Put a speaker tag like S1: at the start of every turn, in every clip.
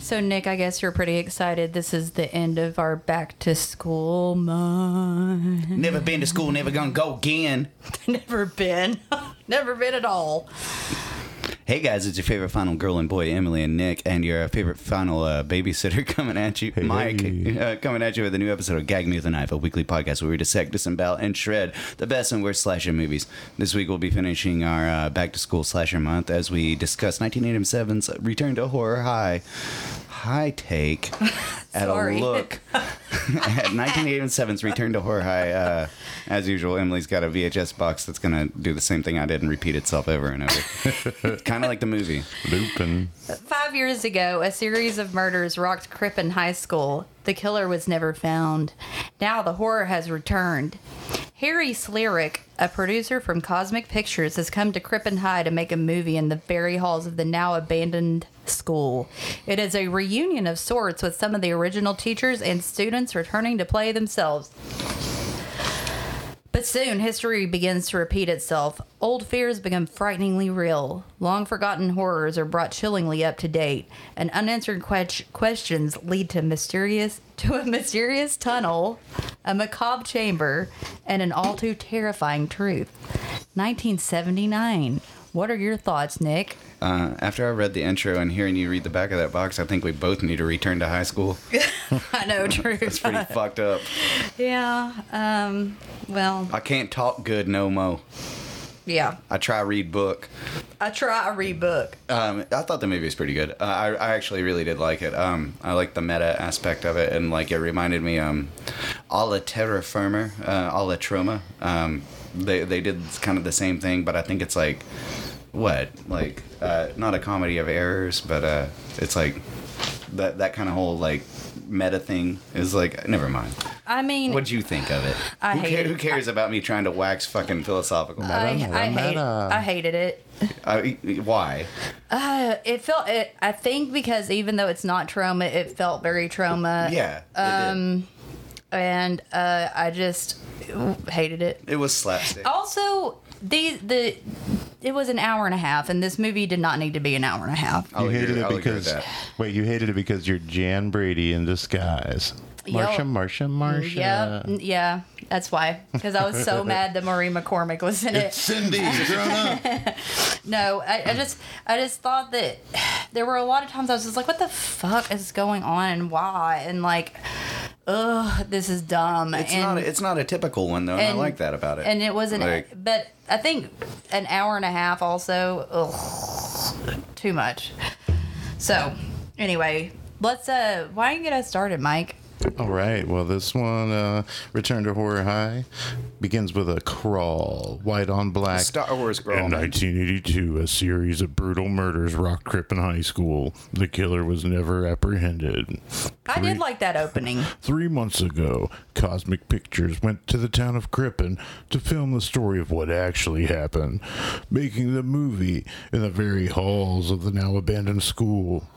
S1: So, Nick, I guess you're pretty excited. This is the end of our back to school month.
S2: Never been to school, never gonna go again.
S1: Never been. Never been at all.
S2: Hey guys, it's your favorite final girl and boy, Emily and Nick, and your favorite final uh, babysitter coming at you, Mike, uh, coming at you with a new episode of Gag Me with a Knife, a weekly podcast where we dissect, disembowel, and shred the best and worst slasher movies. This week we'll be finishing our uh, back to school slasher month as we discuss 1987's Return to Horror High. High take at a
S1: Sorry.
S2: look at 1987's Return to Horror High. Uh, as usual, Emily's got a VHS box that's going to do the same thing I did and repeat itself over and over. kind of like the movie.
S3: Lupin.
S1: Five years ago, a series of murders rocked Crippen High School. The killer was never found. Now the horror has returned. Harry Slerick, a producer from Cosmic Pictures, has come to Crippen High to make a movie in the very halls of the now abandoned school. It is a reunion of sorts with some of the original teachers and students returning to play themselves. But soon, history begins to repeat itself. Old fears become frighteningly real. Long forgotten horrors are brought chillingly up to date, and unanswered que- questions lead to mysterious to a mysterious tunnel, a macabre chamber, and an all too terrifying truth. 1979. What are your thoughts, Nick?
S2: Uh, after I read the intro and hearing you read the back of that box, I think we both need to return to high school.
S1: I know, true.
S2: It's pretty fucked up.
S1: yeah. Um. Well.
S2: I can't talk good no mo.
S1: Yeah.
S2: I try read book.
S1: I try a rebook.
S2: Um, I thought the movie was pretty good. Uh, I, I actually really did like it. Um, I like the meta aspect of it, and like it reminded me, um, a la Terra Firma, uh, a la Troma. Um, they they did kind of the same thing, but I think it's like, what like uh, not a comedy of errors, but uh, it's like that that kind of whole like meta thing is like never mind.
S1: I mean,
S2: What'd you think of it?
S1: I
S2: who,
S1: hate it.
S2: who cares about me trying to wax fucking philosophical?
S1: I,
S3: Meta,
S1: I, hate,
S3: meta.
S1: I hated it.
S2: I, why?
S1: Uh, it felt it. I think because even though it's not trauma, it felt very trauma.
S2: Yeah. Um.
S1: and uh, I just hated it.
S2: It was slapstick.
S1: Oh, Also, the the it was an hour and a half, and this movie did not need to be an hour and a half.
S2: I'll
S3: you Oh, hated
S2: agree-
S3: it
S2: I'll agree with
S3: because
S2: that.
S3: wait, you hated it because you're Jan Brady in disguise. Marsha,
S1: Yep.
S3: Marsha, Marsha.
S1: Yeah, yeah, that's why. Because I was so mad that Marie McCormick was in it.
S3: Cindy, grown up.
S1: No, I, I just I just thought that there were a lot of times I was just like, what the fuck is going on and why? And like, ugh, this is dumb.
S2: It's
S1: and,
S2: not. It's not a typical one though. And, I
S1: and-
S2: like that about it.
S1: and it wasn't
S2: Like-
S1: but i think an hour and a half also ugh, too much so anyway let's uh why don't you get us started mike
S3: All right. Well, this one, uh, Return to Horror High, begins with a crawl, white on black.
S2: Star Wars girl.
S3: In 1982, a series of brutal murders rocked Crippen High School. The killer was never apprehended.
S1: i did like that opening
S3: Three months ago, Cosmic Pictures went to the town of Crippen to film the story of what actually happened, making the movie in the very halls of the now abandoned school.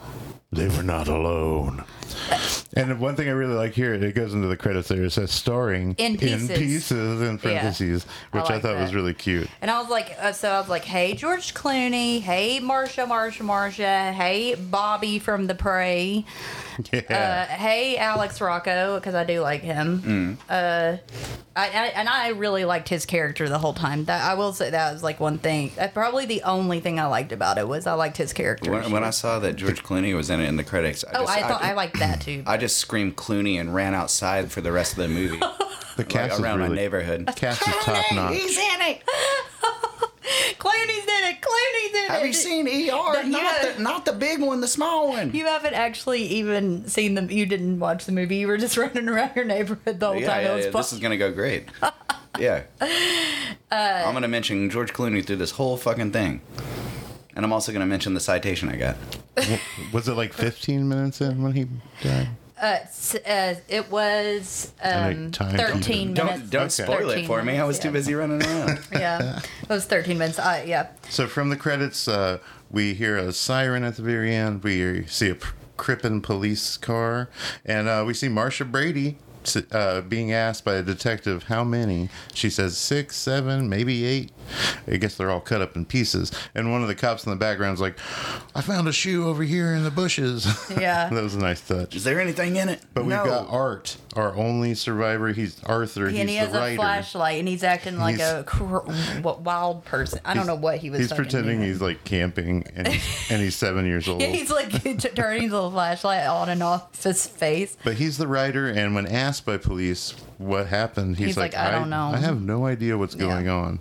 S3: They were not alone. And one thing I really like here, it goes into the credits there, it says starring
S1: In pieces.
S3: in, pieces, in parentheses,
S1: I
S3: which I,
S1: like
S3: thought was
S1: that.
S3: really cute.
S1: and i was like uh, so i was like hey george clooney hey marsha marsha marsha hey bobby from the prey
S3: Yeah.
S1: uh, hey alex rocco because i do like him
S2: Mm.
S1: Uh, I, I and I really liked his character the whole time. That I will say that was like one thing. That's probably the only thing I liked about it was I liked his character.
S2: when, when I saw that George Clooney was in it in the credits, I
S1: oh,
S2: just,
S1: I thought I,
S2: I,
S1: liked that too.
S2: I just screamed Clooney and ran outside for the rest of the movie,
S3: the
S2: like,
S3: cast is
S2: around
S3: really,
S2: my neighborhood.
S3: Cast is top notch.
S2: in it.
S1: Clooney's in it. Clooney's in it.
S2: Have you seen ER?
S1: That- yeah.
S2: Not the not the big one, the small one.
S1: You haven't actually even seen them. You didn't watch the movie. You were just running around your neighborhood the whole
S2: yeah,
S1: time.
S2: yeah,
S1: it was
S2: yeah,
S1: fun.
S2: this is gonna go great. yeah.
S1: Uh,
S2: I'm gonna mention George Clooney through this whole fucking thing, and I'm also gonna mention the citation I got.
S3: Was it like 15 minutes in when he died?
S1: S- uh, it was
S3: like
S1: um,
S3: time
S1: thirteen
S3: keeping.
S1: minutes.
S2: Don't don't
S3: Okay.
S2: spoil it
S1: 13
S2: for me. I
S1: minutes,
S2: was too
S1: yeah.
S2: busy running around.
S1: Yeah, it was thirteen minutes. I yeah.
S3: So from the credits, uh, we hear a siren at the very end. We see a Crippen police car, and uh, we see Marsha Brady s- uh, being asked by a detective how many, she says six, seven, maybe eight. I guess they're all cut up in pieces. And one of the cops in the background's like, "I found a shoe over here in the bushes."
S1: Yeah.
S3: that was a nice touch.
S2: Is there anything in it?
S3: But we've got Art, our only survivor. He's Arthur.
S1: and
S3: he's
S1: he has
S3: the
S1: a
S3: writer.
S1: flashlight, and he's acting like
S3: He's-
S1: a cr- w- wild person. I don't know what he was.
S3: He's
S1: fucking
S3: pretending
S1: doing.
S3: he's like camping, and he's, and he's seven years old.
S1: Yeah, he's like t- turning the flashlight on and off his face.
S3: But he's the writer, and when asked by police what happened, he's,
S1: He's like, "I don't know."
S3: I have no idea what's
S1: Yeah.
S3: going on.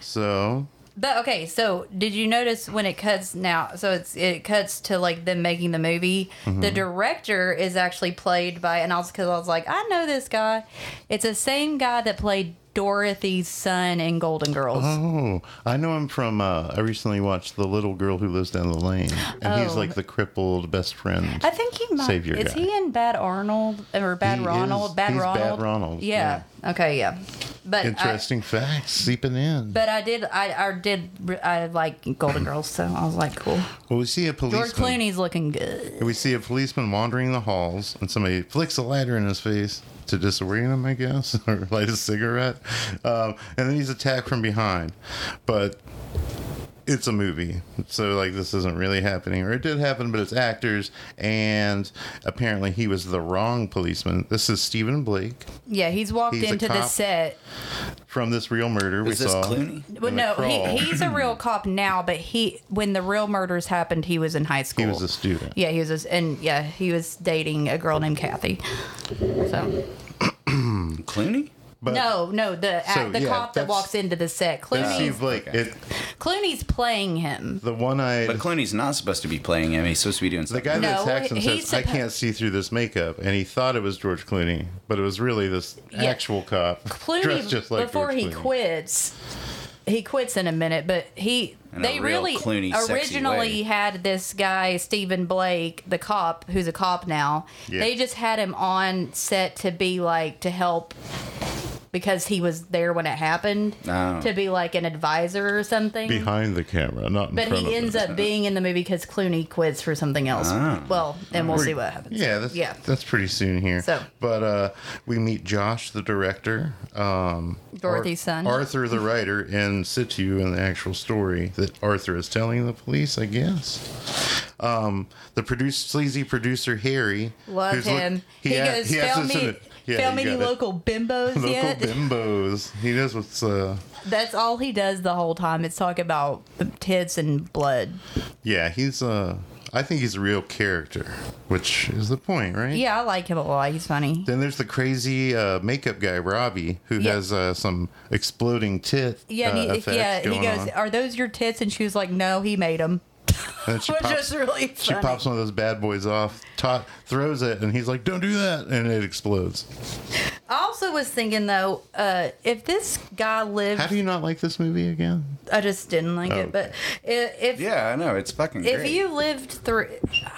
S3: So
S1: But okay, so did you notice when it cuts now? So it's it cuts to like them making the movie.
S3: Mm-hmm.
S1: The director is actually played by, and also because I was like, I know this guy. It's the same guy that played Dorothy's son in Golden Girls.
S3: Oh, I know him from. Uh, I recently watched The Little Girl Who Lives Down the Lane, and he's
S1: Oh.
S3: like the crippled best friend.
S1: I think he might.
S3: Savior
S1: is
S3: guy.
S1: he in Bad Arnold or Bad
S3: He
S1: Ronald?
S3: is.
S1: Bad
S3: He's Bad
S1: Ronald.
S3: Ronald,
S1: Yeah. Okay. Yeah. But
S3: Interesting facts seeping in.
S1: I, but I did. I, I did. I like Golden Girls, so I was like, cool.
S3: well, we see a
S1: George
S3: policeman.
S1: Clooney's looking good.
S3: We see a policeman wandering the halls, and somebody flicks a lighter in his face to disorient him, I guess, or light a cigarette. Um, and then he's attacked from behind. But it's a movie, so like this isn't really happening, or it did happen, but it's actors. And apparently, he was the wrong policeman. This is Stephen Blake
S1: Yeah, he's walked
S3: He's a
S1: into the
S3: cop.
S1: set.
S3: from this real murder we
S2: Is this
S3: saw.
S2: Clooney?
S1: Well,
S3: in the
S1: no,
S3: crawl.
S1: he, he's a real cop now, but he when the real murders happened, he was in high school.
S3: He was a student.
S1: yeah, he was, a, and yeah, he was dating a girl named Kathy. So
S2: Clooney?
S3: But
S1: no, no, the
S3: So,
S1: the
S3: yeah,
S1: cop that
S3: that's-
S1: walks into the set,
S3: that's
S1: Clooney's
S3: Steve Blake.
S2: Okay.
S3: It,
S1: Clooney's playing him.
S3: the one-eyed.
S2: But Clooney's not supposed to be playing him. He's supposed to be doing
S3: The
S2: something.
S3: guy
S1: No,
S3: that attacks him
S1: he-
S3: says,
S1: he's
S3: "I
S1: suppo-
S3: can't see through this makeup," and he thought it was George Clooney, but it was really this
S1: Yeah.
S3: actual cop
S1: Clooney
S3: dressed just like
S1: before
S3: George
S1: he
S3: Clooney.
S1: quits. He quits in a minute, but he
S2: In a
S1: they
S2: real
S1: really
S2: Clooney sexy
S1: originally
S2: way.
S1: had this guy Stephen Blake, the cop who's a cop now.
S3: Yeah.
S1: They just had him on set to be like to help because he was there when it happened
S2: Oh.
S1: to be like an advisor or something.
S3: behind the camera, not in
S1: but
S3: front
S1: he
S3: of
S1: ends
S3: him.
S1: up being in the movie because Clooney quits for something else.
S2: Oh.
S1: Well, and we'll see what happens.
S3: Yeah, that's
S1: yeah.
S3: that's pretty soon here.
S1: So-
S3: but uh, we meet Josh, the director, um,
S1: Dorothy's son.
S3: Arthur, the writer, in situ in the actual story that Arthur is telling the police. I guess um, the produce, sleazy producer Harry,
S1: Love
S3: who's look-
S1: him.
S3: he,
S1: he
S3: a-
S1: goes,
S3: he has
S1: "Found
S3: this in
S1: me,
S3: it. Yeah,
S1: found
S3: you
S1: me any
S3: got it.
S1: local bimbos
S3: Local
S1: yet?
S3: bimbos. He knows what's uh
S1: That's all he does the whole time. It's talk about tits and blood.
S3: yeah, he's uh I think he's a real character, which is the point, right?
S1: Yeah, I like him a lot. He's funny.
S3: Then there's the crazy uh, makeup guy Robbie who
S1: Yeah.
S3: has uh, some exploding tit
S1: Yeah, and
S3: uh,
S1: he,
S3: effects
S1: yeah. He
S3: going
S1: goes,
S3: on.
S1: "Are those your tits?" And she was like, "No, he made them,"
S3: And then she
S1: which
S3: pops,
S1: is really funny.
S3: she pops one of those bad boys off, ta throws it, and he's like, "Don't do that!" and it explodes.
S1: I also was thinking though, uh, if this guy lived,
S3: How do you not like this movie again?
S1: I just didn't like
S3: Oh.
S1: it. But i- if
S2: Yeah, I know. It's fucking
S1: if
S2: great.
S1: you lived through,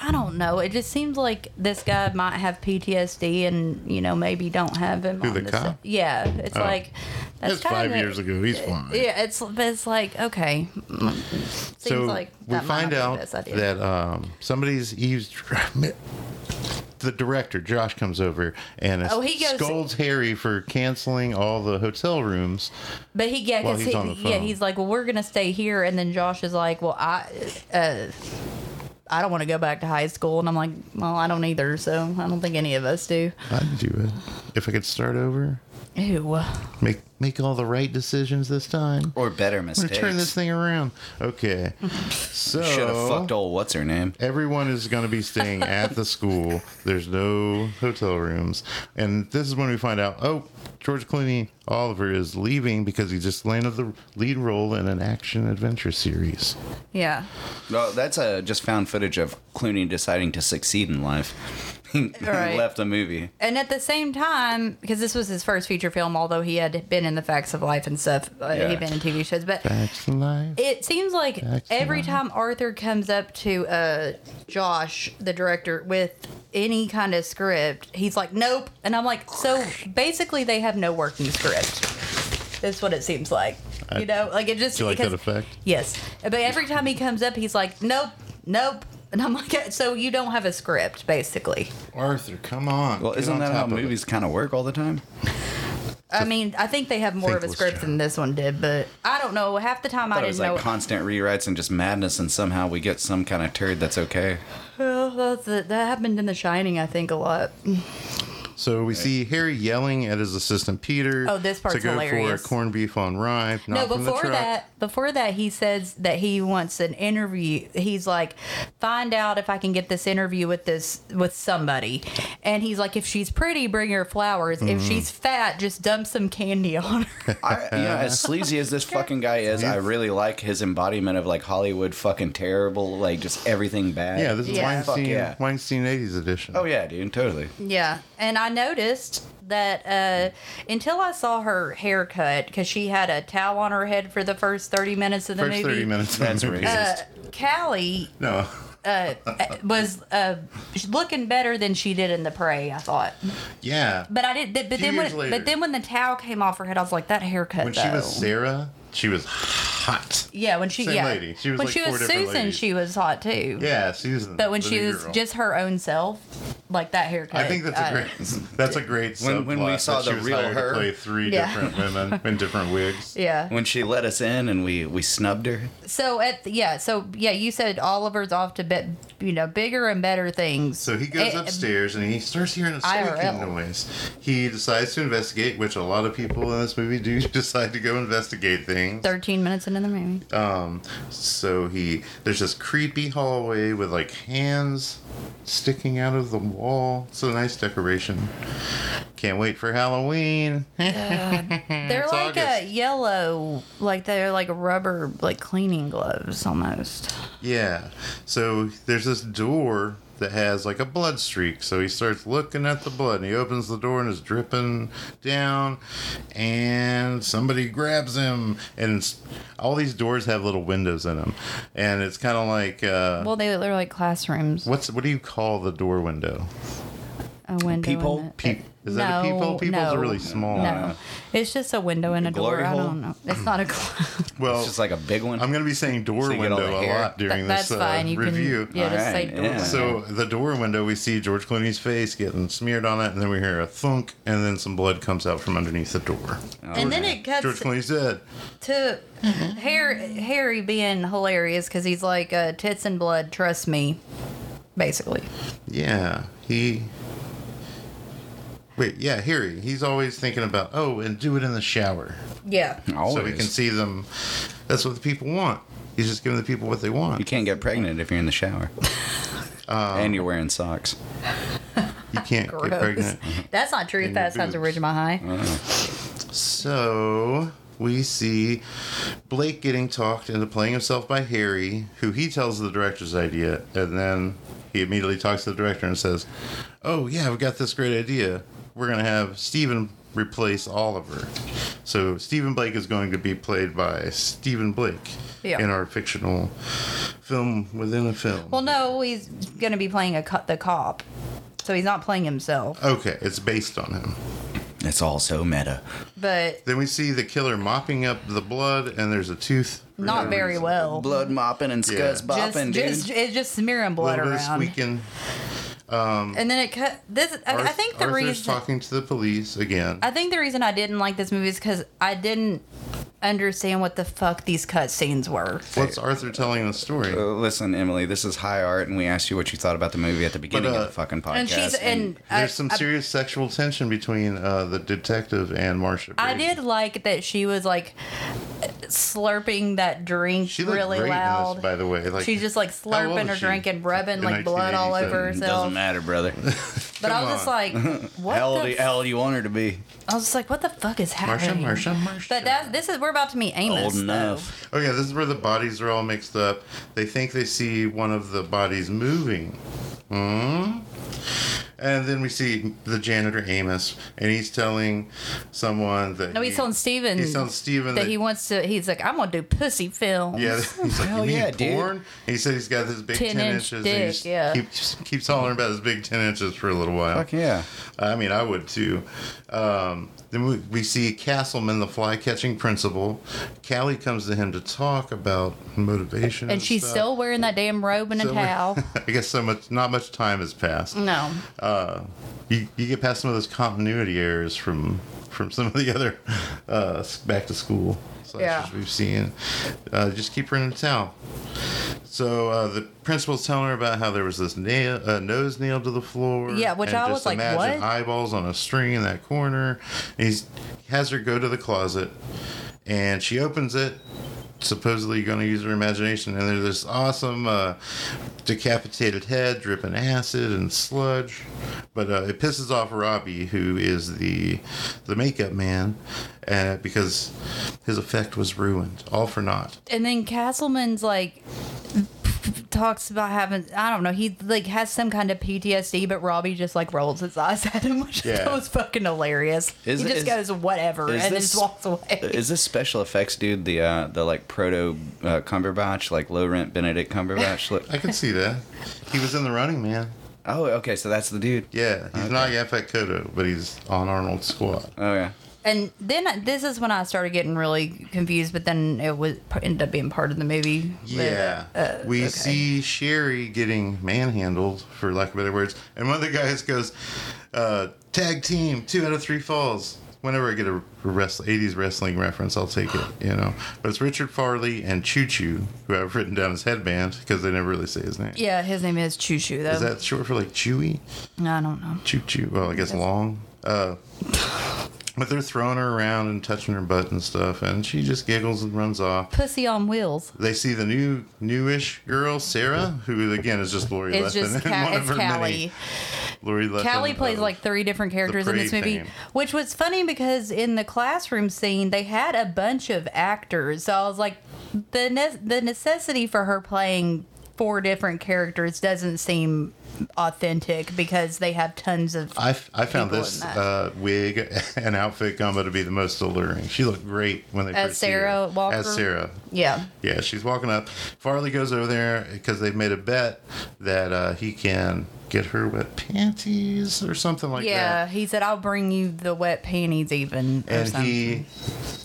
S1: I don't know. It just seems like this guy might have PTSD, and you know maybe don't have him.
S3: Who,
S1: on
S3: the
S1: this-
S3: cop? Oh.
S1: Yeah, it's like that's
S3: That's five
S1: kinda-
S3: years ago. He's fine.
S1: Yeah, it's but it's like okay. mm, Seems
S3: so
S1: like
S3: we
S1: that might not
S3: find
S1: be the
S3: out
S1: best idea.
S3: that um, somebody's eavesdropping. The director Josh comes over and
S1: Oh, he goes-
S3: scolds Harry for canceling all the hotel rooms.
S1: but he yeah,
S3: while
S1: 'cause
S3: he's on the
S1: he, yeah,
S3: phone.
S1: he's like, well, we're gonna stay here, and then Josh is like, well, I. Uh, I don't want to go back to high school, and I'm like, well, I don't either, so I don't think any of us do.
S3: I'd do it if I could start over.
S1: Ew.
S3: Make make all the right decisions this time.
S2: or better
S3: I'm gonna
S2: mistakes.
S3: turn this thing around. Okay, so
S2: Should have fucked old what's her name.
S3: Everyone is going to be staying at the school. There's no hotel rooms. And this is when we find out oh, George Clooney Oliver is leaving because he just landed the lead role in an action adventure series.
S1: Yeah.
S2: No, that's uh, just found footage of Clooney deciding to succeed in life. he
S1: Right.
S2: left the movie.
S1: and at the same time, because this was his first feature film, although he had been in the Facts of Life and stuff, uh,
S2: Yeah.
S1: he'd been in TV shows, but
S3: That's life.
S1: it seems like
S3: Facts of
S1: every
S3: Life.
S1: time Arthur comes up to uh, Josh, the director, with any kind of script, he's like, "Nope," and I'm like, "So basically, they have no working script." That's what it seems like, you know. Like it just
S3: Do you like that
S1: because-
S3: effect?
S1: Yes, but every time he comes up, he's like, "Nope, nope." And I'm like, so you don't have a script, basically.
S3: Arthur, come on.
S2: Well,
S3: Get
S2: isn't
S3: on
S2: that how
S3: top of it.
S2: movies kind of work all the time?
S1: I mean, I think they have more of a
S3: Finkel's
S1: script
S3: job.
S1: than this one did, but I don't know. Half the time I,
S2: But it
S1: didn't
S2: was like
S1: know.
S2: constant rewrites and just madness, and somehow we get some kind of turd that's okay.
S1: Well, that's that happened in The Shining, I think, a lot.
S3: So we see Harry yelling at his assistant Peter.
S1: Oh, this part's
S3: to go
S1: hilarious.
S3: for a corned beef on rye.
S1: No,
S3: Not from the
S1: before
S3: truck.
S1: that, before that, he says that he wants an interview. He's like, find out if I can get this interview with this with somebody. And he's like, if she's pretty, bring her flowers. If
S3: Mm-hmm.
S1: she's fat, just dump some candy on her.
S2: I, you know, as sleazy as this fucking guy is, I really like his embodiment of like Hollywood fucking terrible, like just everything bad.
S3: Yeah, this is
S1: Yeah.
S3: Weinstein,
S2: Fuck yeah.
S3: Weinstein 80s edition.
S2: Oh yeah, dude, totally.
S1: yeah, and I noticed that uh, until I saw her haircut because she had a towel on her head for the first thirty minutes of the
S3: First
S1: movie.
S3: 30 minutes. of the
S2: That's
S3: movie.
S1: Uh,
S2: racist.
S1: Callie
S3: No.
S1: uh, was uh, looking better than she did in the prey. I thought.
S3: Yeah.
S1: But I didn't. But
S3: Few
S1: then
S3: years
S1: when,
S3: later.
S1: but then when the towel came off her head, I was like, that haircut.
S3: when
S1: though.
S3: she was Sarah, she was hot.
S1: yeah, when she
S3: same
S1: yeah,
S3: lady. She was
S1: when
S3: like
S1: she
S3: four
S1: was
S3: different
S1: Susan,
S3: ladies.
S1: she was hot too.
S3: Yeah, Susan.
S1: But when
S3: the
S1: she
S3: new
S1: was
S3: girl.
S1: just her own self, like that haircut. uh,
S3: I think that's a great. That's a great.
S2: When- when we
S3: subplot,
S2: saw
S3: that she
S2: the
S3: was
S2: real
S3: hired to
S2: her.
S3: play three
S1: Yeah.
S3: different women in different wigs.
S1: Yeah.
S2: When she let us in and we we snubbed her.
S1: So at the, yeah. So yeah, you said Oliver's off to bet you know bigger and better things.
S3: So he goes
S1: Eh,
S3: upstairs and he starts hearing a squeaking
S1: IRL.
S3: noise. He decides to investigate, which a lot of people in this movie do decide to go investigate things.
S1: Thirteen minutes into the movie.
S3: Um, so he there's this creepy hallway with like hands sticking out of the wall. It's a nice decoration. Can't wait for Halloween.
S1: they're
S3: Mm, it's
S1: like a
S3: August.
S1: yellow, like they're like rubber, like cleaning gloves almost.
S3: Yeah. So there's this door that has like a blood streak. So he starts looking at the blood and he opens the door and it's dripping down. And somebody grabs him. And it's, all these doors have little windows in them. And it's kind of like uh,
S1: Well, they, they're like classrooms.
S3: what's what do you call the door window?
S1: a window. in
S2: Peephole?
S1: it.
S3: Peep, is that a
S1: Uh, No,
S3: peephole? Peepholes
S1: no,
S3: are really small.
S1: No, it's just a window and a
S2: Glory
S1: door. I
S2: hole?
S1: don't know. It's not a. Gl-
S3: Well,
S2: It's just like a big one.
S3: I'm going to be saying door
S2: So you get all
S3: window
S2: the
S3: a
S2: hair.
S3: lot during
S1: that's
S3: this uh,
S1: fine. You
S3: review.
S1: can. Yeah, just say
S2: Alright,
S1: door.
S2: yeah.
S3: So
S1: Uh-huh.
S3: the door window, we see George Clooney's face getting smeared on it, and then we hear a thunk, and then some blood comes out from underneath the door.
S2: Oh,
S1: and then it cuts
S3: George Clooney's dead.
S1: to Harry, Harry being hilarious because he's like uh, tits and blood. Trust me, basically.
S3: Yeah, he. Wait, yeah, Harry. He's always thinking about oh, and do it in the shower,
S1: Yeah.
S2: Always.
S3: so we can see them. That's what the people want. He's just giving the people what they
S2: You
S3: want.
S2: can't get pregnant if you're in the shower.
S3: Um,
S2: and you're wearing socks.
S3: You can't get
S1: Gross.
S3: pregnant.
S1: That's not true.
S3: And
S1: That
S3: your Oh.
S1: sounds a
S3: boobs.
S1: ridge my high.
S3: So we see Blake getting talked into playing himself by Harry, who he tells the director's idea, and then he immediately talks to the director and says, "Oh yeah, we got this great idea. We're gonna have Stephen replace Oliver." So Stephen Blake is going to be played by Stephen Blake
S1: Yeah.
S3: in our fictional film within a film.
S1: Well, no, he's gonna be playing a co- the cop, so he's not playing himself.
S3: okay, it's based on him.
S2: It's all so meta.
S1: But
S3: Then we see the killer mopping up the blood, and there's a tooth. for
S1: not
S3: no
S1: very
S3: reason.
S1: well.
S2: Blood mopping and
S3: Yeah.
S2: scuds
S1: Oh. just,
S2: bopping, dude.
S1: just, it's just smearing
S3: A
S1: blood
S3: little bit of
S1: around.
S3: squeaking.
S1: And then it cut. This I, I
S3: Arth-
S1: think the
S3: Arthur's
S1: reason
S3: talking to the police again.
S1: I think the reason I didn't like this movie is because I didn't understand what the fuck these cut scenes were.
S3: What's Arthur telling the story?
S2: Uh, Listen, Emily, this is high art, and we asked you what you thought about the movie at the beginning
S3: uh,
S2: of the fucking podcast.
S1: And she's and I,
S3: There's some
S1: I-
S3: serious sexual tension between uh, the detective and Marsha.
S1: I
S3: Brady.
S1: did like that she was like slurping that drink
S3: She looked
S1: really
S3: great in this,
S1: loud.
S3: by the way. Like,
S1: She's just like
S3: old
S1: slurping
S3: was
S1: her
S3: she?
S1: drink and rubbing
S3: In
S1: like blood all over
S3: 1987.
S1: herself.
S2: doesn't matter, brother.
S1: But I was
S3: Come
S1: just
S3: on.
S1: like, what?
S2: How old
S1: the
S2: the
S1: f-
S2: hell you want her to be?
S1: I was just like, what the fuck is
S3: Marsha,
S1: happening?
S3: Marsha, Marsha.
S1: But that this is we're about to meet Amos.
S2: Old
S1: though.
S2: enough.
S3: oh yeah, this is where the bodies are all mixed up. They think they see one of the bodies moving. Hmm? And then we see the janitor Amos, and he's telling someone that
S1: No, he's
S3: he-
S1: telling Steven
S3: He's telling Steven
S1: that, he wants to. He's like, I'm gonna do pussy films.
S3: Yeah, he's like,
S2: Hell
S3: you mean
S2: yeah, dude."
S3: porn? He said he's got this big
S1: 10
S3: ten,
S1: inch
S3: inches.
S1: dick,
S3: and he just
S1: yeah.
S3: keeps keeps hollering about his big ten inches for a little while.
S2: Fuck yeah.
S3: I mean, I would too. Um, then we, we see Castleman, the fly catching principal. Callie comes to him to talk about motivation,
S1: And she's
S3: stuff.
S1: still wearing that damn robe and a
S3: So we-
S1: towel.
S3: I guess so much. Not much time has passed.
S1: No.
S3: Uh, you, you get past some of those continuity errors from from some of the other uh, s- back to school slashers
S1: Yeah.
S3: we've seen. Uh, just keep her in the towel. So uh, the principal's telling her about how there was this nail, uh, nose nailed to the floor.
S1: Yeah, which
S3: and
S1: I was
S3: just
S1: like,
S3: imagine
S1: what?
S3: Eyeballs on a string in that corner. And he's, he has her go to the closet, and she opens it. Supposedly going to use her imagination, and there's this awesome uh, decapitated head dripping acid and sludge, but uh, it pisses off Robbie, who is the the makeup man, uh, because his effect was ruined, all for naught.
S1: And then Castleman's like talks about having I don't know he like has some kind of PTSD, but Robbie just like rolls his eyes at him, which I
S3: Yeah.
S1: thought was fucking hilarious.
S2: Is-
S1: he just
S2: is-
S1: goes whatever and
S2: is
S1: then
S2: this-
S1: just walks away.
S2: Is this special effects dude the uh, the like proto uh, Cumberbatch, like low rent Benedict Cumberbatch look?
S3: I can see that. He was in the running man.
S2: Oh, okay, so that's the dude.
S3: Yeah, he's not Yaphet Kotto, but he's on Arnold's squad.
S2: Oh yeah.
S1: and then uh, this is when I started getting really confused, but then it was ended up being part of the movie. But,
S3: Yeah.
S1: uh,
S3: we
S1: okay.
S3: see Sherry getting manhandled, for lack of better words. And one of the guys goes, uh, tag team, two out of three falls. Whenever I get a wrest 80s wrestling reference, I'll take it, you know. But it's Richard Farley and Choo Choo, who I've written down as headband because they never really say his name.
S1: Yeah, his name is Choo Choo though.
S3: Is that short for like Chewy?
S1: I don't know.
S3: Choo Choo. Well, I guess long. Uh, but they're throwing her around and touching her butt and stuff, and she just giggles and runs off.
S1: Pussy on wheels.
S3: they see the new newish girl Sarah, who again is just Lori
S1: It's
S3: Leffin.
S1: just
S3: in
S1: Ca-
S3: one
S1: it's
S3: of her many-
S1: Callie.
S3: Lori Leffin.
S1: Callie plays
S3: of-
S1: like three different characters in
S3: Prey
S1: this movie,
S3: fame.
S1: which was funny because in the classroom scene they had a bunch of actors. So I was like, the ne- the necessity for her playing four different characters doesn't seem authentic because they have tons of.
S3: I, f- I found
S1: people
S3: this
S1: in that.
S3: uh, wig and outfit combo to be the most alluring. She looked great when they
S1: As
S3: first see
S1: Sarah
S3: her.
S1: Walker?
S3: As Sarah,
S1: yeah,
S3: yeah, she's walking up. Farley goes over there because they've made a bet that uh, he can get her wet panties or something like that.
S1: yeah. He said, "I'll bring you the wet panties, even." Or
S3: and
S1: something.
S3: he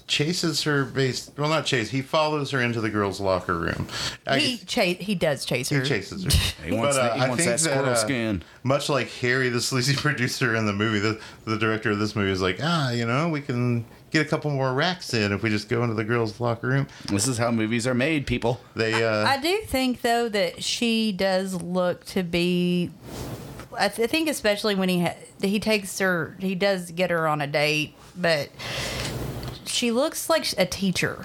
S3: chases her based well not chase he follows her into the girls locker room I-
S1: he chase he does chase her.
S3: he chases her
S2: He wants that- he
S3: I
S2: wants
S3: think
S2: that squirrel
S3: uh,
S2: skin.
S3: much like harry the sleazy producer in the movie the, the director of this movie is like ah you know we can get a couple more racks in if we just go into the girls locker room
S2: This is how movies are made, people.
S3: they uh
S1: I do think though that she does look to be. I, th- I think especially when he ha- he takes her, he does get her on a date, but she looks like a teacher.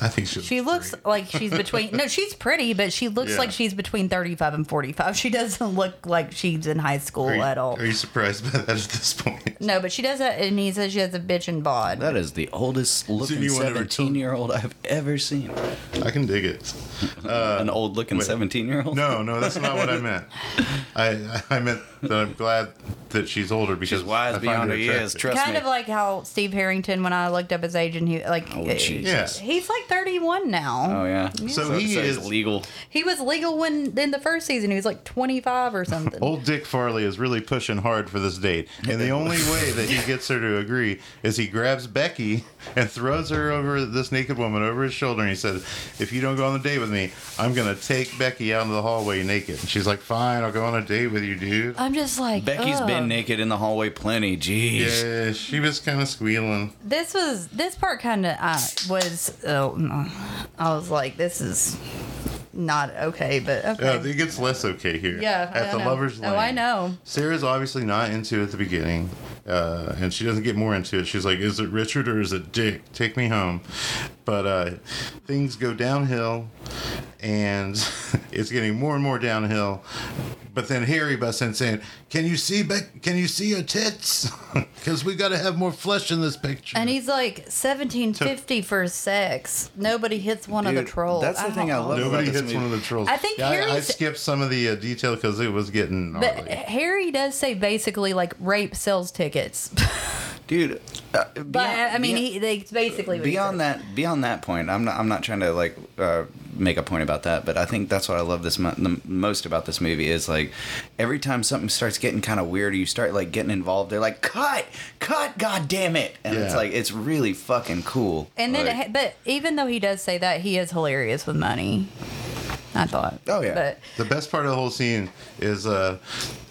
S3: i think she,
S1: She looks like she's between. no, she's pretty, but she looks
S3: Yeah.
S1: like she's between thirty-five and forty-five. She doesn't look like she's in high school
S3: are you,
S1: at all.
S3: are you surprised by that at this point
S1: no, but she does. Have, and he says she has a bitch and bod.
S2: That is the oldest looking
S3: anyone ever Uh, told-
S2: 17 year old I've ever seen.
S3: i can dig it
S2: An old looking 17 year old?
S3: no no that's not what i meant i i meant that i'm glad that she's older because
S2: She's wise
S3: I find
S2: beyond her years,
S3: attractive.
S2: trust
S1: kind
S2: me.
S1: of like how Steve Harrington, when I looked up his age, and he like eh,
S2: Oh, jeez.
S3: yeah
S1: he's like thirty-one now.
S2: Oh, yeah.
S3: So he
S2: he's
S3: is-
S2: legal.
S1: He was legal when in the first season he was like 25 or something.
S2: Oh.
S3: Old Dick Farley is really pushing hard for this date, and the only way that he gets her to agree is he grabs Becky and throws her over this naked woman over his shoulder, and he says, "If you don't go on the date with me, I'm gonna take Becky out into the hallway naked." And she's like, "Fine, I'll go on a date with you, dude."
S1: I'm just like
S2: Becky's
S1: ugh.
S2: been naked in the hallway plenty. Jeez.
S3: Yeah, she was kind of squealing.
S1: This was this part kind of uh, was oh, no. I was like this is not okay, but
S3: Uh,
S1: okay.
S3: it gets less okay here.
S1: Yeah, I
S3: at the
S1: know.
S3: lovers' lane.
S1: Oh, I know.
S3: Sarah's obviously not into it at the beginning, uh, and she doesn't get more into it. She's like, "Is it Richard or is it Dick? Take me home." But uh, things go downhill, and it's getting more and more downhill. but then Harry busts in saying, "Can you see? Beck? Can you see your tits? Because we got to have more flesh in this picture."
S1: And he's like 1750 for sex. Nobody hits one of the
S2: Dude,
S1: trolls.
S2: that's the
S1: don't
S2: thing I
S1: know.
S2: love.
S3: Nobody
S2: This
S3: hits one of
S2: movie-
S3: the trolls.
S1: I think
S3: Yeah, I, I
S1: Harry's-
S3: skipped some of the uh, detail because it was getting
S1: But
S3: gnarly.
S1: Harry does say basically like rape sells tickets.
S2: dude. Uh,
S1: But I mean, he, they basically what he
S2: beyond
S1: said.
S2: that beyond that point i'm not i'm not trying to like uh, make a point about that but i think that's what i love this mo- the m- most about this movie is like every time something starts getting kind of weird or you start like getting involved they're like cut cut god damn it and it's
S3: Yeah.
S2: like it's really fucking cool
S1: And then,
S2: Like,
S1: but even though he does say that, he is hilarious with money. I thought.
S2: Oh, yeah.
S1: But
S3: The best part of the whole scene is uh,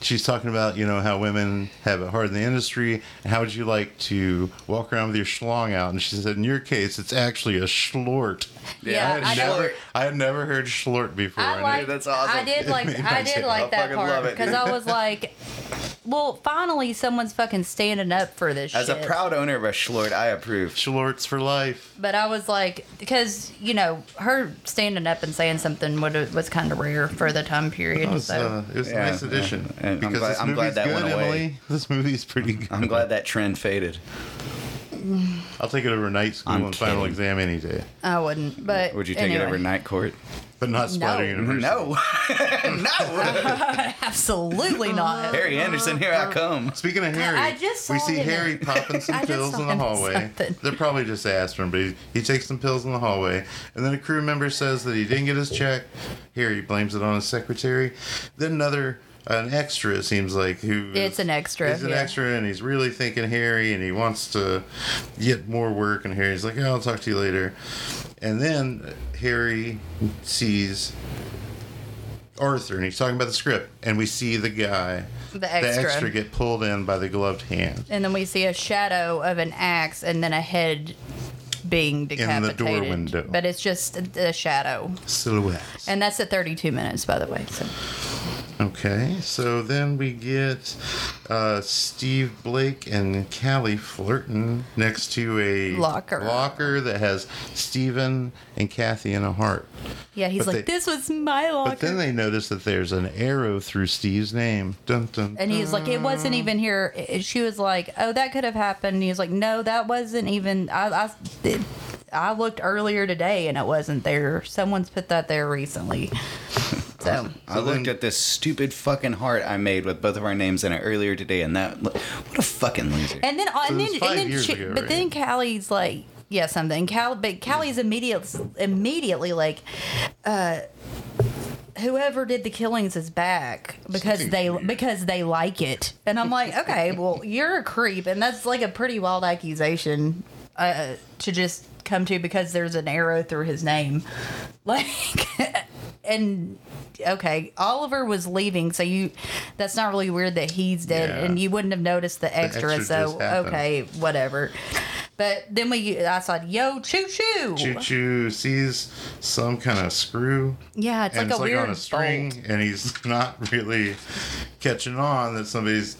S3: she's talking about you know how women have it hard in the industry. How would you like to walk around with your schlong out? And she said, in your case, it's actually a schlort.
S1: Yeah,
S3: I
S1: I
S3: had
S1: know-
S3: never, I had never heard schlort before.
S1: I
S3: knew-
S1: like.
S2: that's awesome.
S1: I did like. I did
S2: I
S1: like that
S2: fucking love
S1: part
S2: it.
S1: because I was like, well, finally someone's fucking standing up for this.
S2: as a
S1: shit.
S2: proud owner of a schlort i approve
S3: schlorts for life.
S1: But I was like, because you know, her standing up and saying something would, was kind of rare for the time period.
S3: It was,
S1: so.
S3: uh, it was
S2: Yeah,
S3: a nice addition
S2: yeah. And I'm
S3: because
S2: glad-
S3: this
S2: I'm
S3: movie's
S2: glad that
S3: good,
S2: went away.
S3: Emily. This movie's pretty good.
S2: i'm glad that trend faded
S3: I'll take it over night school
S2: I'm
S3: and final
S2: kidding.
S3: exam any day,
S1: I wouldn't. But
S2: uh, would you take it
S1: anyway.
S2: over night court
S3: but not Spider
S1: No.
S3: University.
S2: no no
S1: Absolutely not.
S2: harry anderson here i come
S3: Speaking of Harry,
S1: I just
S3: we
S1: saw
S3: see
S1: him in-
S3: Harry popping
S1: I
S3: some
S1: just
S3: pills
S1: saw
S3: in the
S1: him in
S3: hallway.
S1: something.
S3: They're probably just aspirin, but he, he takes some pills in the hallway. And then a crew member says that he didn't get his check. Harry blames it on his secretary. Then another, an extra, it seems like. who
S1: It's an extra,
S3: He's an
S1: yeah.
S3: extra, and he's really thinking Harry, and he wants to get more work. And Harry's like, oh, I'll talk to you later. And then Harry sees Arthur, and he's talking about the script, and we see the guy,
S1: The extra.
S3: the extra get pulled in by the gloved hand
S1: And then we see a shadow of an axe and then a head being
S3: door
S1: decapitated.
S3: window.
S1: But it's just a, a shadow.
S3: silhouette.
S1: And that's at 32 minutes, by the way. So.
S3: Okay, so then we get uh, Steve Blake and Callie flirting next to a
S1: Locker.
S3: locker that has Stephen and Kathy in a heart.
S1: Yeah, he's
S3: But
S1: like,
S3: they-
S1: this was my
S3: But
S1: locker.
S3: then they notice that there's an arrow through Steve's name. Dun, dun,
S1: and he's like, it wasn't even here. I- She was like, oh, that could have happened. And he was like, no, that wasn't even. I, I, it- I looked earlier today and it wasn't there. Someone's put that there recently. So,
S2: I looked at this stupid fucking heart I made with both of our names in it earlier today, and that what a fucking loser.
S1: and then, uh, and then,
S3: it was
S1: and
S3: five
S1: then
S3: years
S1: she,
S3: ago,
S1: but
S3: right?
S1: then Callie's like, yeah, something. Cal, but Callie's immediate, immediately like, uh, whoever did the killings is back because they because they like it, and I'm like, okay, well, you're a creep, and that's like a pretty wild accusation uh, to just come to because there's an arrow through his name, like. And okay, Oliver was leaving, so you that's not really weird that he's dead
S3: Yeah.
S1: and you wouldn't have noticed the extra,
S3: extra
S1: so
S3: just happened.
S1: okay, whatever. But then we, I said, "Yo, choo choo."
S3: Choo Choo sees some kind of screw.
S1: Yeah, it's like
S3: and
S1: a weird
S3: on a string,
S1: bolt.
S3: and he's not really catching on that somebody's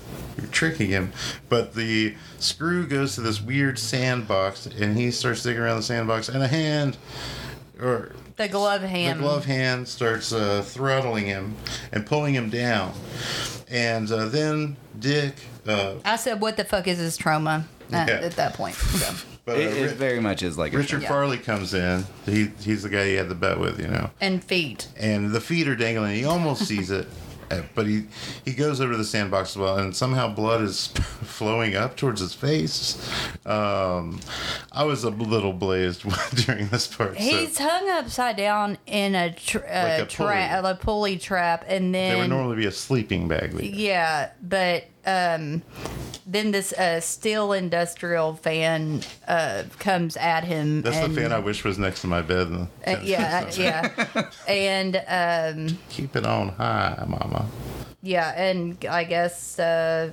S3: tricking him. But the screw goes to this weird sandbox, and he starts digging around the sandbox, and a hand, or
S1: The glove
S3: the
S1: hand.
S3: glove hand, starts uh, throttling him and pulling him down. And uh, then Dick, uh,
S1: I said, "What the fuck is this trauma?" Uh,
S3: Yeah.
S1: At that point, so.
S3: but, uh,
S2: it, it
S3: Ri-
S2: very much is like a
S3: Richard
S2: shame.
S3: Farley comes in. He, he's the guy he had the bet with, you know.
S1: and feet.
S3: and the feet are dangling. He almost sees it, uh, but he he goes over to the sandbox as well, and somehow blood is flowing up towards his face. Um, I was a little blazed during this part.
S1: He's
S3: so
S1: hung upside down in a, tr a,
S3: a
S1: tra-
S3: pulley.
S1: a pulley trap, and
S3: there would
S1: then
S3: normally be a sleeping bag. leak.
S1: Yeah, but um, then this uh, steel industrial fan uh, comes at him.
S3: That's
S1: and,
S3: the fan I wish was next to my bed. in the-
S1: uh, yeah, yeah, and um,
S3: Keep it on high, Mama.
S1: yeah, and I guess uh,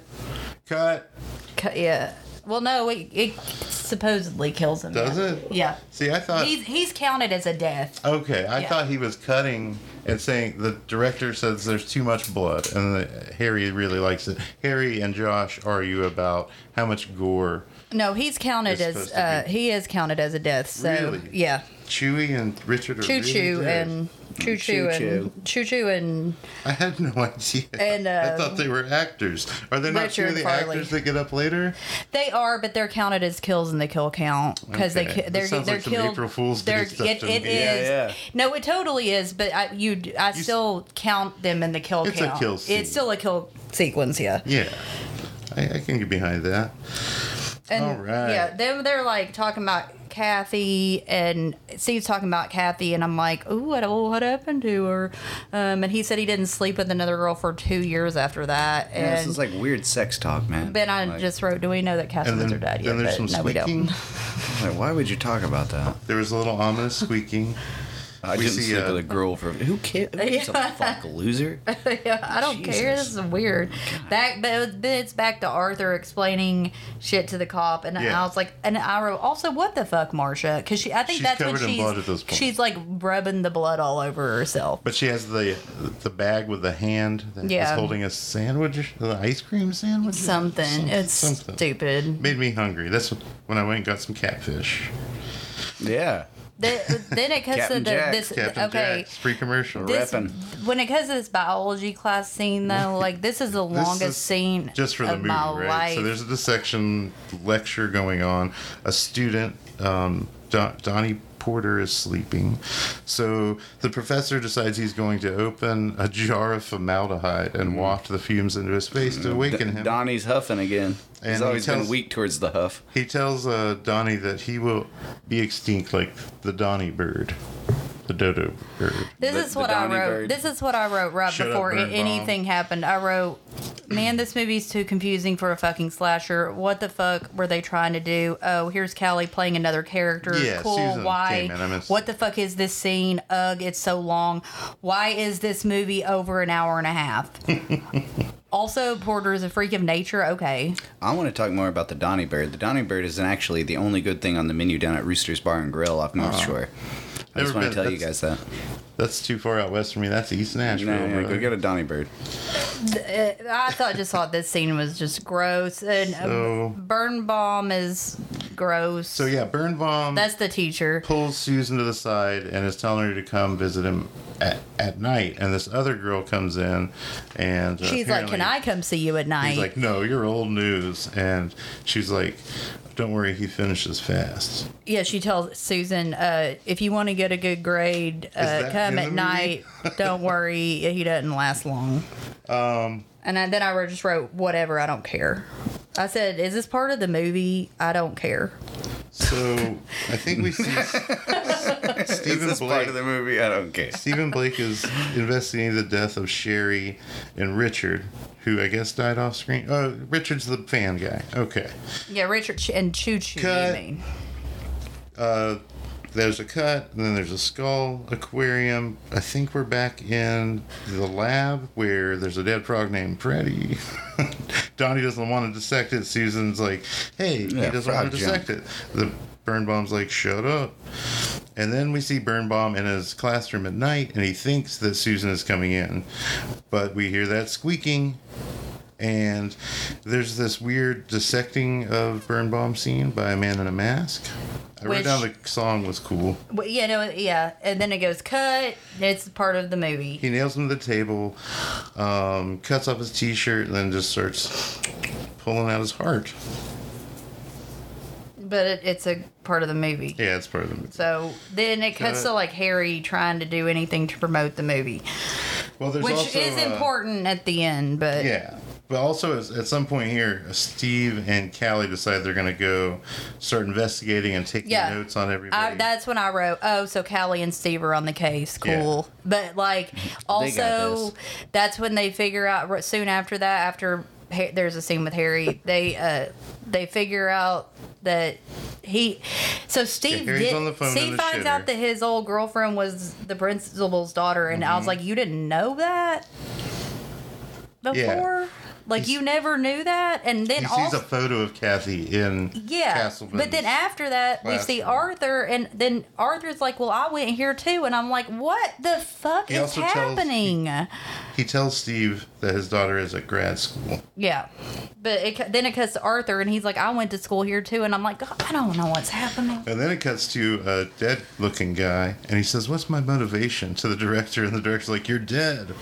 S3: Cut.
S1: cu- yeah. Well, no, it, it supposedly kills him.
S3: Does
S1: yeah.
S3: it? Uh,
S1: Yeah.
S3: See, I thought
S1: He's, he's counted as a death.
S3: Okay, I
S1: Yeah.
S3: thought he was cutting and saying the director says there's too much blood, and the, Harry really likes it. Harry and Josh argue about how much gore.
S1: No, he's counted
S3: It's
S1: as
S3: supposed to
S1: uh,
S3: be-
S1: he is counted as a death. So
S3: Really?
S1: yeah,
S3: Chewy and Richard are
S1: Choo
S3: really
S1: Choo
S3: good.
S1: and Choo Choo and Choo Choo and
S3: I had no idea.
S1: And,
S3: I
S1: uh,
S3: thought they were actors. Are they not two
S1: Richard
S3: of the
S1: Farley.
S3: actors that get up later?
S1: they are, but they're counted as kills in the kill count because
S3: Okay.
S1: they ki-
S3: That
S1: they're
S3: sounds
S1: they're
S3: like some
S1: killed.
S3: April Fool's Day
S1: they're,
S3: stuff
S1: it,
S3: to
S1: it
S3: me.
S2: Yeah,
S1: is.
S2: yeah.
S1: No, it totally is. But I you d- I still count them in the kill
S3: It's a
S1: count.
S3: kill scene.
S1: It's still a kill sequence. Yeah.
S3: Yeah. I, I can get behind that.
S1: And
S3: All right.
S1: yeah, then they're like talking about Kathy and Steve's talking about Kathy and I'm like, Ooh, what oh, what happened to her? Um, and he said he didn't sleep with another girl for two years after that. And
S2: Yeah, this is like weird sex talk, man.
S1: then I
S2: Like,
S1: just wrote, Do we know that Kathy
S3: And
S1: was
S3: then,
S1: her dad yet?
S3: then there's
S1: But
S3: some
S1: no, we
S3: squeaking.
S1: don't.
S2: like, why would you talk about that?
S3: There was a little ominous squeaking.
S2: I
S3: We
S2: didn't
S3: see,
S2: sleep
S3: uh,
S2: with a girl for who cares? Who gives a fuck, loser?
S1: yeah, I don't care.
S2: Jesus.
S1: This is weird. Back, but it- but it's back to Arthur explaining shit to the cop, and
S3: Yeah.
S1: I was like, and I wrote also, what the fuck, Marsha? Because she, I think
S3: She's
S1: that's when
S3: covered in
S1: she's
S3: blood at this point.
S1: she's like rubbing the blood all over herself.
S3: But she has the the bag with the hand that's
S1: Yeah.
S3: holding a sandwich, an ice cream sandwich.
S1: Something. it's stupid.
S3: Made me hungry. That's when I went and got some catfish.
S2: Yeah.
S1: The- then it comes to the,
S2: Captain Jack,
S1: this.
S3: Captain
S1: okay.
S3: Jack's free commercial.
S1: This,
S2: Reppin'.
S1: when it comes to this biology class scene, though, like this is the
S3: This
S1: longest
S3: is
S1: scene
S3: just for the
S1: of
S3: movie,
S1: my
S3: right?
S1: life.
S3: So there's a dissection lecture going on. A student, um, Don- Donnie Porter, is sleeping. So the professor decides he's going to open a jar of formaldehyde and waft the fumes into his face to awaken him.
S2: Donnie's huffing again.
S3: And
S2: He's
S3: he
S2: always
S3: tells-
S2: been weak towards the huff.
S3: He tells uh, Donnie that he will be extinct like the Donnie bird, the dodo bird.
S1: This
S2: The-
S1: is
S2: the
S1: what I
S2: Donny
S1: wrote.
S2: Bird.
S1: This is what I wrote right
S3: Shut up,
S1: before
S3: Bird
S1: a- anything happened. I wrote, "Man, this movie's too confusing for a fucking slasher. What the fuck were they trying to do? Oh, here's Callie playing another character.
S3: Yeah,
S1: cool.
S3: Susan
S1: Why?
S3: came in. I missed-
S1: What the fuck is this scene? Ugh, it's so long. Why is this movie over an hour and a half?" also, Porter is a freak of nature. Okay,
S2: I want to talk more about the Donny Bird. The Donny Bird is actually the only good thing on the menu down at Rooster's Bar and Grill off
S3: Uh-huh.
S2: North Shore. I
S3: Never
S2: just want
S3: been-
S2: to tell you
S3: that's-
S2: guys that.
S3: That's too far out west for me. That's East Nashville.
S2: No, no,
S3: brother.
S2: go get a Donny Bird.
S1: Uh, I thought just thought this scene was just gross. And uh,
S3: So-
S1: burn bomb is gross.
S3: so yeah, Birnbaum.
S1: that's the teacher.
S3: pulls Susan to the side and is telling her to come visit him at, at night. And this other girl comes in and uh,
S1: She's like, "Can
S3: apparently
S1: I come see you at night?"
S3: He's like, No, you're old news. And she's like, Don't worry, he finishes fast.
S1: yeah, she tells Susan, uh, "If you want to get a good grade, uh,
S3: that in
S1: come
S3: the
S1: at
S3: movie?
S1: night. don't worry, he doesn't last long." Um, and I, then I wrote- just wrote, "Whatever, I don't care." I said, "Is this part of the movie? I don't care."
S3: So I think we see
S2: Is
S3: Stephen
S2: this
S3: Blake.
S2: part of the movie? I don't care.
S3: Stephen Blake is investigating the death of Sherry and Richard, who I guess died off screen. Oh, Richard's the fan guy. Okay.
S1: Yeah, Richard Ch- and Choo Choo. You
S3: Cut.
S1: mean?
S3: uh, there's a cut, and then there's a skull aquarium. I think we're back in the lab where there's a dead frog named Freddy. Donnie doesn't want to dissect it. Susan's like, hey, he
S2: Yeah,
S3: doesn't want
S2: frog
S3: to dissect it. The Birnbaum's like, shut up. And then we see Birnbaum in his classroom at night, and he thinks that Susan is coming in. But we hear that squeaking, and there's this weird dissecting of Birnbaum scene by a man in a mask. I
S1: Which-
S3: wrote down the song was cool.
S1: Well, yeah, no, yeah, and then it goes cut. It's part of the movie.
S3: He nails him to the table, um, cuts off his t-shirt, and then just starts pulling out his heart.
S1: But it, it's a part of the movie.
S3: Yeah, it's part of the movie.
S1: So then it cuts
S3: Cut.
S1: to like Harry trying to do anything to promote the movie,
S3: Well, there's
S1: which
S3: also,
S1: is
S3: uh,
S1: important at the end. But
S3: Yeah. But also, at at some point here, Steve and Callie decide they're going to go start investigating and taking
S1: Yeah. Uh,
S3: notes on
S1: I,
S3: everybody.
S1: that's when I wrote, oh, so Callie and Steve are on the case. Cool. But like, also,
S2: this.
S1: that's when they figure out r- soon after that, after Ha- there's a scene with Harry, they uh they figure out that he so Steve
S3: Harry's
S1: did
S3: on the phone in
S1: Steve
S3: the
S1: finds
S3: shitter.
S1: out that his old girlfriend was the
S3: Mm-hmm.
S1: principal's daughter, and I was like, you didn't know that before.
S3: Yeah.
S1: Like you never knew that, and then
S3: He
S1: all
S3: sees a photo of Kathy in
S1: yeah.
S3: Castlemaine.
S1: But then after that, we see
S3: classroom.
S1: Arthur, and then Arthur's like, "Well, I went here too," and I'm like, "What the fuck
S3: He
S1: is
S3: also tells-
S1: happening?"
S3: he tells Steve that his daughter is at grad school.
S1: yeah, but it, cu- then it cuts to Arthur, and he's like, "I went to school here too," and I'm like, God, "I don't know what's happening."
S3: And then it cuts to a dead looking guy, and he says, What's my motivation to the director? And the director's like, You're dead.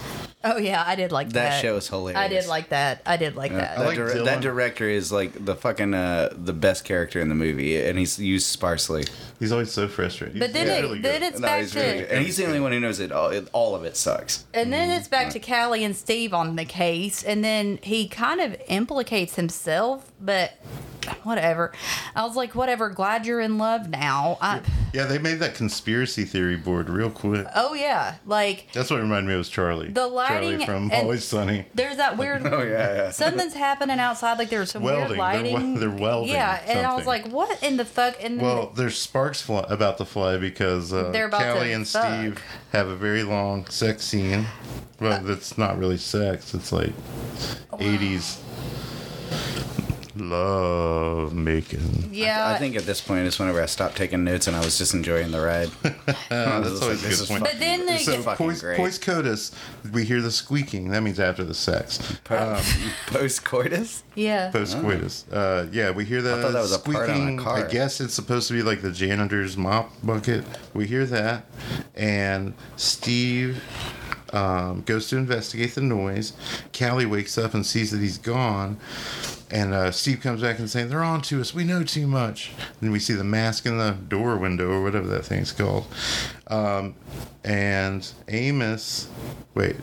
S1: Oh yeah, I did like that.
S2: That show is hilarious.
S1: I did like that. I did like that.
S2: That,
S3: like
S2: dir-
S3: Dylan.
S2: that director is like the fucking uh, the best character in the movie, and he's used sparsely.
S3: He's always so frustrated.
S1: But then,
S3: He's
S1: it,
S3: really
S1: then
S3: good.
S1: it's back
S2: he's
S1: to
S2: really good. and he's the only one who knows it all. It, all of it sucks.
S1: and then it's back to Callie and Steve on the case, and then he kind of implicates himself, but whatever. I was like, whatever. Glad you're in love now. I,
S3: Yeah, they made that conspiracy theory board real quick.
S1: oh yeah, like
S3: That's what reminded me of was Charlie.
S1: The lighting
S3: Charlie from
S1: and-
S3: Always Sunny.
S1: there's that weird.
S2: Oh yeah, yeah.
S1: Something's happening outside. Like there's some weird
S3: Welding. They're wel-
S1: lighting.
S3: they're welding
S1: Yeah, and I was
S3: something.
S1: like, what in the fuck? And then
S3: Well, there's sparks fly- about to fly because uh,
S1: They're about
S3: Callie
S1: to
S3: and
S1: fuck.
S3: Steve have a very long sex scene.
S1: Uh,
S3: Well, that's not really sex. It's like 80s love making.
S1: yeah,
S2: I think at this point is whenever I stopped taking notes and I was just enjoying the ride. I was
S3: that's
S2: just
S3: always a
S2: Oh, "This
S3: good
S2: is
S3: point."
S2: fucking-
S1: But then they
S2: this is
S1: get-
S3: So
S2: fucking
S3: poise,
S2: great.
S3: poise coitus, we hear the squeaking. That means after the sex.
S2: post coitus.
S1: yeah.
S3: Post coitus. Uh, yeah, we hear the
S2: thought that was a part on a
S3: squeaking.
S2: car.
S3: I guess it's supposed to be like the janitor's mop bucket. We hear that, and Steve um, goes to investigate the noise. Callie wakes up and sees that he's gone, and uh, Steve comes back and saying they're on to us. We know too much. Then we see the mask in the door window or whatever that thing's called, um, and Amos. Wait,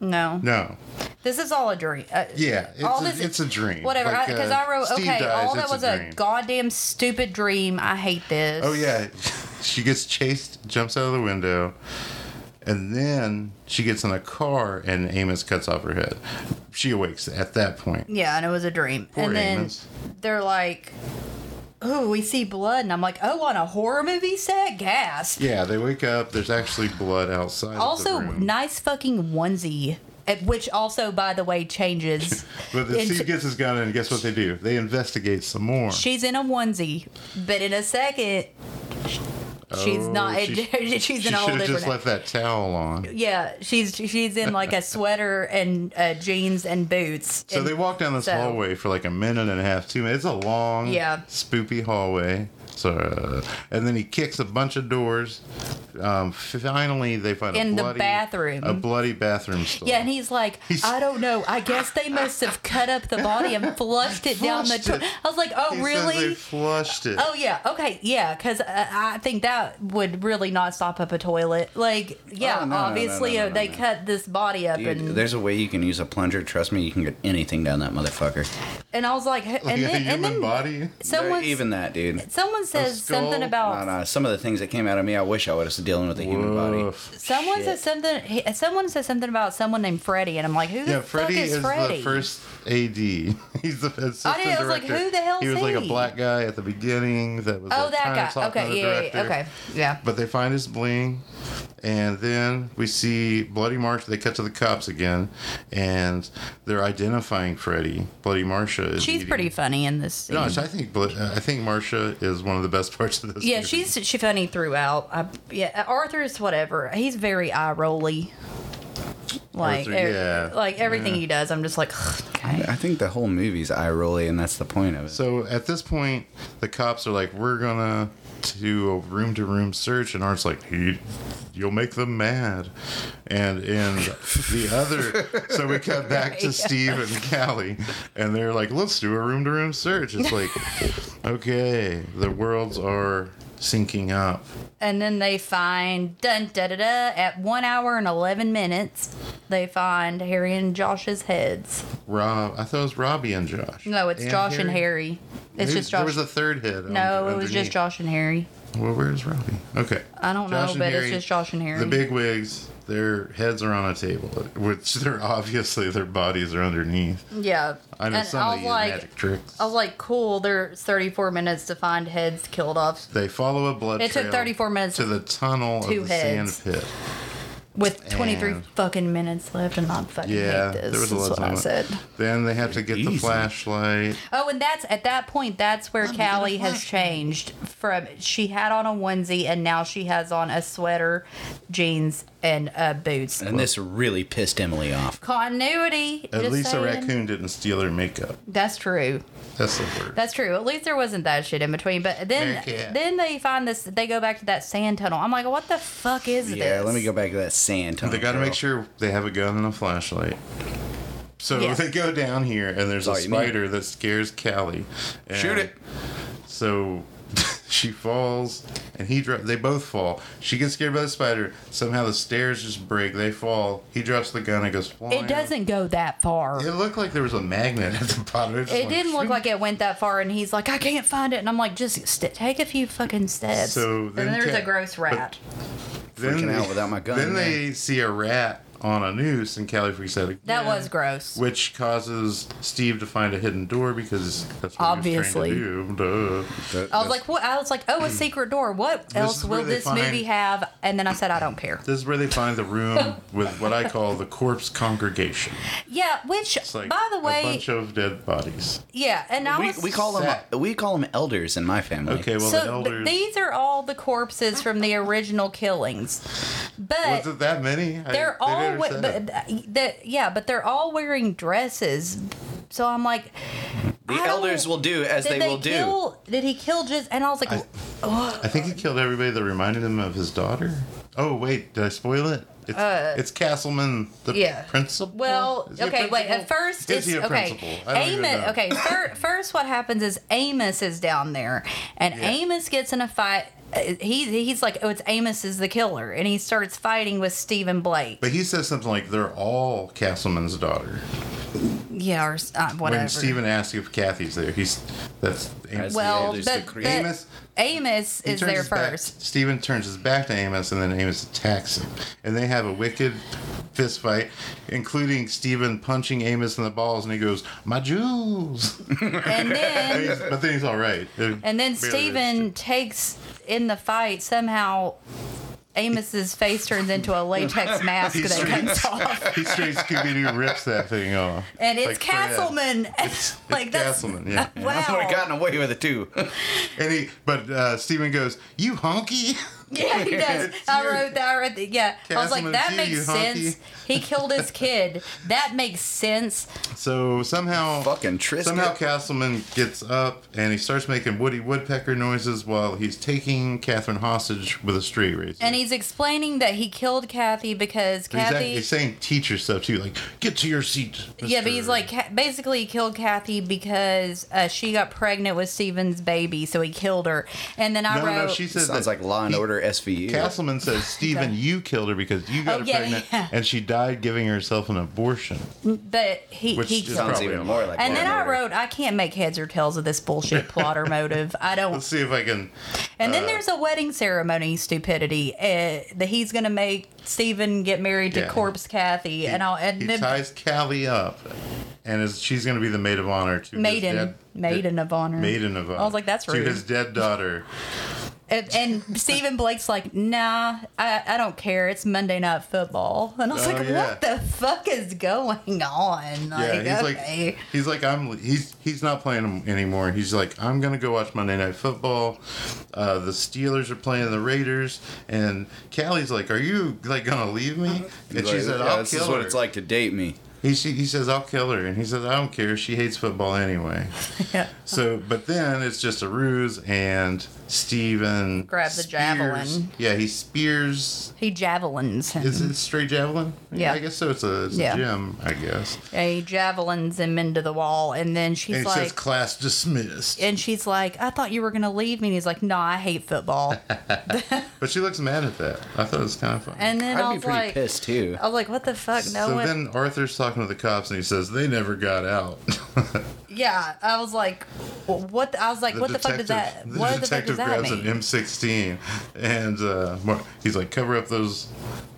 S1: no,
S3: no.
S1: This is all a dream. Uh,
S3: Yeah, it's a- it's a dream.
S1: Whatever,
S3: Like,
S1: because
S3: uh,
S1: I wrote
S3: Steve
S1: okay.
S3: dies,
S1: all that
S3: it's a
S1: was a,
S3: dream.
S1: goddamn stupid dream. I hate this.
S3: Oh yeah, she gets chased, jumps out of the window, and then she gets in a car, and Amos cuts off her head. She awakes at that point.
S1: Yeah, and it was a dream.
S3: Poor
S1: and then
S3: Amos.
S1: they're like, "Oh, we see blood," and I'm like, "Oh, on a horror movie set, gas."
S3: Yeah, they wake up. There's actually blood outside.
S1: Also,
S3: of the room.
S1: nice fucking onesie, at which also, by the way, changes.
S3: But the
S1: into-
S3: Steve gets his gun, and guess what they do? They investigate some more.
S1: She's in a onesie, but in a second, she's
S3: Oh,
S1: not.
S3: she-
S1: she's
S3: she
S1: in
S3: should
S1: a whole
S3: have
S1: different.
S3: just left that towel on.
S1: Yeah, she's she's in like a sweater and uh, jeans and boots.
S3: So
S1: And
S3: they walk down this
S1: so-
S3: hallway for like a minute and a half, two minutes. It's a long,
S1: Yeah.
S3: spoopy hallway. So, uh, and then he kicks a bunch of doors. Um, finally, they find
S1: In
S3: a
S1: the
S3: bloody,
S1: bathroom.
S3: a bloody bathroom stall.
S1: Yeah, and he's like, I don't know. I guess they must have cut up the body and flushed it down the.
S3: Flushed
S1: toilet.
S3: it.
S1: I was like, oh
S3: He says they
S1: really?
S3: flushed it.
S1: Oh yeah, okay, yeah, because uh, I think that would really not stop up a toilet. Like, yeah,
S2: Oh, no, no, no,
S1: obviously
S2: no, no,
S1: uh, they
S2: no.
S1: cut this body up,
S2: Dude,
S1: and
S2: there's a way you can use a plunger. Trust me, you can get anything down that motherfucker.
S1: and I was like, and
S3: like a
S1: then
S3: human
S1: and then
S3: body.
S1: someone
S2: Even that, dude.
S1: someone says something
S3: skull?
S1: about
S2: No, no, uh, some of the things that came out of me, I wish I would have dealing with a human body.
S3: Woof.
S1: Someone
S2: Shit.
S1: says something. He, someone says something about someone named Freddie, and I'm like, who the
S3: Yeah,
S1: fuck
S3: Freddie
S1: is,
S3: is,
S1: Freddie?
S3: the first AD. He's the assistant
S1: I was like,
S3: director.
S1: who the hell's
S3: He was like a
S1: he?
S3: black guy at the beginning. That was
S1: oh,
S3: like, kinda
S1: that guy.
S3: talking to the
S1: Okay, yeah, yeah,
S3: director.
S1: yeah, okay, yeah.
S3: But they find his bling, and then we see Bloody Marsh. They cut to the cops again, and they're identifying Freddy. Bloody Marsha is.
S1: She's
S3: eating-
S1: pretty funny in this. Scene.
S3: No, I think Blo- I think Marsha is one of the best parts of this.
S1: yeah,
S3: movie.
S1: she's she funny throughout. I, yeah, Arthur's whatever. He's very eye rolly. Like,
S3: Arthur,
S1: ev-
S3: yeah,
S1: like everything he does, I'm just like, okay.
S2: I think the whole movie's eye rolly, and that's the point of it.
S3: So at this point, the cops are like, "We're gonna do a room to room search," and Art's like, "He, you'll make them mad," and and the other. So we cut back to Steve and Callie, and they're like, "Let's do a room to room search." It's like, okay, the worlds are syncing up.
S1: And then they find dun da da da at one hour and eleven minutes. They find Harry and Josh's heads.
S3: Rob, I thought it was Robbie and Josh.
S1: No, it's Josh and Harry. It's
S3: Maybe
S1: just Josh.
S3: There was a third head.
S1: no,
S3: under-
S1: it was just
S3: underneath.
S1: Josh and Harry.
S3: Well, where's Robbie? Okay.
S1: I don't know,
S3: and
S1: but it's just Josh and Harry.
S3: The big wigs, their heads are on a table, which they're obviously their bodies are underneath.
S1: Yeah.
S3: I know
S1: and
S3: some
S1: I
S3: of
S1: was
S3: these
S1: like,
S3: magic tricks.
S1: I was like, cool, there's 34 minutes to find heads killed off.
S3: they follow a blood
S1: It took
S3: trail
S1: 34 minutes
S3: to the tunnel
S1: two
S3: of the
S1: heads.
S3: sand pit.
S1: with 23
S3: And-
S1: fucking minutes left, and I fucking
S3: Yeah,
S1: hate this.
S3: there was a
S1: That's
S3: lot
S1: what I
S3: of
S1: said.
S3: Then they have to get the
S2: Easy.
S3: flashlight.
S1: Oh, and that's at that point, that's where Callie has changed from she had on a onesie and now she has on a sweater, jeans, and uh, boots.
S2: And this really pissed Emily off.
S1: Continuity.
S3: At
S1: just
S3: least
S1: saying.
S3: a raccoon didn't steal her makeup.
S1: That's true.
S3: That's the word.
S1: That's true. At least there wasn't that shit in between. But then,
S3: Heck yeah.
S1: then they find this. They go back to that sand tunnel. I'm like, what the fuck is this?
S2: Yeah, let me go back to that sand. tunnel,
S3: They got to
S2: girl.
S3: make sure they have a gun and a flashlight. So
S1: Yeah.
S3: they go down here, and there's a
S2: All you need.
S3: spider that scares Callie. And
S2: Shoot it.
S3: So she falls, and he dro- They both fall. She gets scared by the spider. Somehow the stairs just break. They fall. He drops the gun and goes flying.
S1: It doesn't go that far.
S3: It
S1: It,
S3: looked like there was a magnet at the bottom. It, just went
S1: didn't look
S3: shoop.
S1: like it went that far. And he's like, I can't find it. And I'm like, just st- take a few fucking steps.
S3: So
S1: and
S3: then
S1: then there's
S3: Ca-
S1: a gross rat.
S2: Freaking out without my gun,
S3: Then
S2: man.
S3: they see a rat on a noose, and Callie freaks out. Again,
S1: That was gross.
S3: Which causes Steve to find a hidden door because that's what
S1: Obviously.
S3: he was trying to do. Duh.
S1: I was like, what? I was like, oh, a secret door. What else
S3: is
S1: will
S3: where they
S1: this movie
S3: find-
S1: have? And then I said, I don't care.
S3: This is where they find the room with what I call the corpse congregation.
S1: Yeah, which,
S3: It's like
S1: by the
S3: a
S1: way,
S3: bunch of dead bodies.
S1: yeah, and I
S2: We,
S1: was
S2: we call them
S3: Sad.
S2: we call them elders in my family.
S3: Okay, well
S1: so
S3: the
S1: th-
S3: elders.
S1: these are all the corpses from the original killings, but
S3: was it that many? I-
S1: they're
S3: they
S1: all
S3: never
S1: we-
S3: said.
S1: but, the, yeah, but they're all wearing dresses. So I'm like,
S2: the
S1: I don't-
S2: elders will do as
S1: did
S2: they,
S1: they,
S2: will do.
S1: kill? Did he kill just? And I was like,
S3: I think he killed everybody that reminded him of his daughter. Oh wait, did I spoil it? It's, it's Castleman, the
S1: Uh, yeah.
S3: principal.
S1: Well,
S3: Is he a
S1: okay, wait. At
S3: principal?
S1: first,
S3: is
S1: it's,
S3: he a
S1: okay.
S3: principal? I don't even
S1: Amos.
S3: know.
S1: Okay, fir- first, what happens is Amos is down there, and
S3: Yeah.
S1: Amos gets in a fight. Uh, He he's like, oh, it's Amos is the killer, and he starts fighting with Stephen Blake.
S3: But he says something like, "They're all Castleman's daughter."
S1: yeah, or s- uh, whatever.
S3: When Stephen asks if Kathy's there, he's that's Amos.
S2: As the
S1: well,
S2: elders
S1: but,
S2: to
S1: but
S2: create.
S1: Amos,
S3: Amos- He
S1: is
S3: turns
S1: there
S3: his back-
S1: first.
S3: Stephen turns his back to Amos, and then Amos attacks him, and they have a wicked fist fight, including Stephen punching Amos in the balls, and he goes, "My jewels."
S1: And
S3: And
S1: then
S3: he's- but then he's all right.
S1: and then Stephen takes in the fight somehow. Amos's face turns into a latex mask
S3: He's
S1: that comes off.
S3: He straight Scooby Doo rips that thing off.
S1: and it's
S3: Like Fred.
S1: Castleman.
S3: It's
S1: like that's
S3: Castleman, yeah. Oh
S1: wow.
S2: I would have gotten away with it too.
S3: And he, but uh, Stephen goes, "You honky."
S1: Yeah, he does.
S3: It's
S1: I
S3: you.
S1: wrote that. I read that. Yeah, I was like,
S3: Castleman's
S1: that
S3: you,
S1: makes
S3: you honky.
S1: sense. He killed his kid. That makes sense.
S3: So somehow,
S2: Fucking Tristan.
S3: somehow Castleman gets up and he starts making Woody Woodpecker noises while he's taking Catherine hostage with a stray razor.
S1: And he's explaining that he killed Kathy because
S3: But he's, act-
S1: Kathy.
S3: he's saying teacher stuff too, like "Get to your seat."
S1: yeah, but
S3: Mr.
S1: he's like, Ca- basically, he killed Kathy because uh, she got pregnant with Steven's baby, so he killed her. And then I
S3: "No,
S1: wrote,
S3: no." She says
S2: Sounds
S3: that
S2: like Law and
S3: he-
S2: Order SVU.
S3: Castleman says, "Stephen, you killed her because you got
S1: Oh,
S3: her
S1: yeah,
S3: pregnant,
S1: yeah.
S3: and she died giving herself an abortion."
S1: but he
S3: Which
S1: he
S3: is
S1: killed.
S2: Sounds
S3: Probably
S2: even
S3: not.
S2: more like.
S1: And
S2: Law
S1: then I
S2: Order.
S1: wrote, I can't make heads or tails of this bullshit plot or motive. I don't
S3: Let's see if I can.
S1: And
S3: uh,
S1: then there's a wedding ceremony stupidity uh, that he's gonna make Stephen get married to
S3: Yeah.
S1: corpse Kathy, and all and
S3: he
S1: then
S3: ties Callie up, and is, she's going to be the maid of honor to his
S1: maiden,
S3: dead-
S1: maiden of honor,
S3: uh, maiden of honor.
S1: I was like, that's
S3: to
S1: rude.
S3: his dead daughter.
S1: And, and Stephen Blake's like, nah, I, I don't care. It's Monday night football, and I was
S3: Oh,
S1: like,
S3: yeah.
S1: what the fuck is going on?
S3: Yeah,
S1: Like,
S3: he's
S1: okay.
S3: like he's like I'm he's he's not playing 'em anymore. He's like I'm gonna go watch Monday Night Football. Uh, the Steelers are playing the Raiders, and Callie's like, "Are you like gonna leave me?" And
S2: He's
S3: she
S2: like,
S3: said,
S2: "Yeah,
S3: "I'll
S2: this
S3: kill
S2: is
S3: her."
S2: what it's like to date me.
S3: He she, he says, "I'll kill her," and he says, "I don't care. She hates football anyway."
S1: Yeah.
S3: So, but then it's just a ruse, and Steven
S1: Grabs the javelin.
S3: Yeah, he spears.
S1: he javelins him.
S3: Is it straight javelin?
S1: Yeah.
S3: I guess so. It's a, it's
S1: Yeah.
S3: a gem, I guess.
S1: Yeah, he javelins him into the wall, and then she's
S3: And it
S1: like,
S3: says class dismissed.
S1: and she's like, I thought you were gonna leave me. And he's like, Nah, I hate football.
S3: But she looks mad at that. I thought it was kind of funny.
S1: And then I
S2: I'd be
S1: was
S2: pretty
S1: like,
S2: pissed too.
S1: I was like, what the fuck? No
S3: so
S1: one.
S3: then Arthur's talking to the cops and he says, they never got out.
S1: yeah, I was like, what? I was like, what the fuck does that?
S3: detective-
S1: what the fuck
S3: detective
S1: does that
S3: grabs
S1: mean?
S3: an M16 and uh, Mar- he's like, cover up those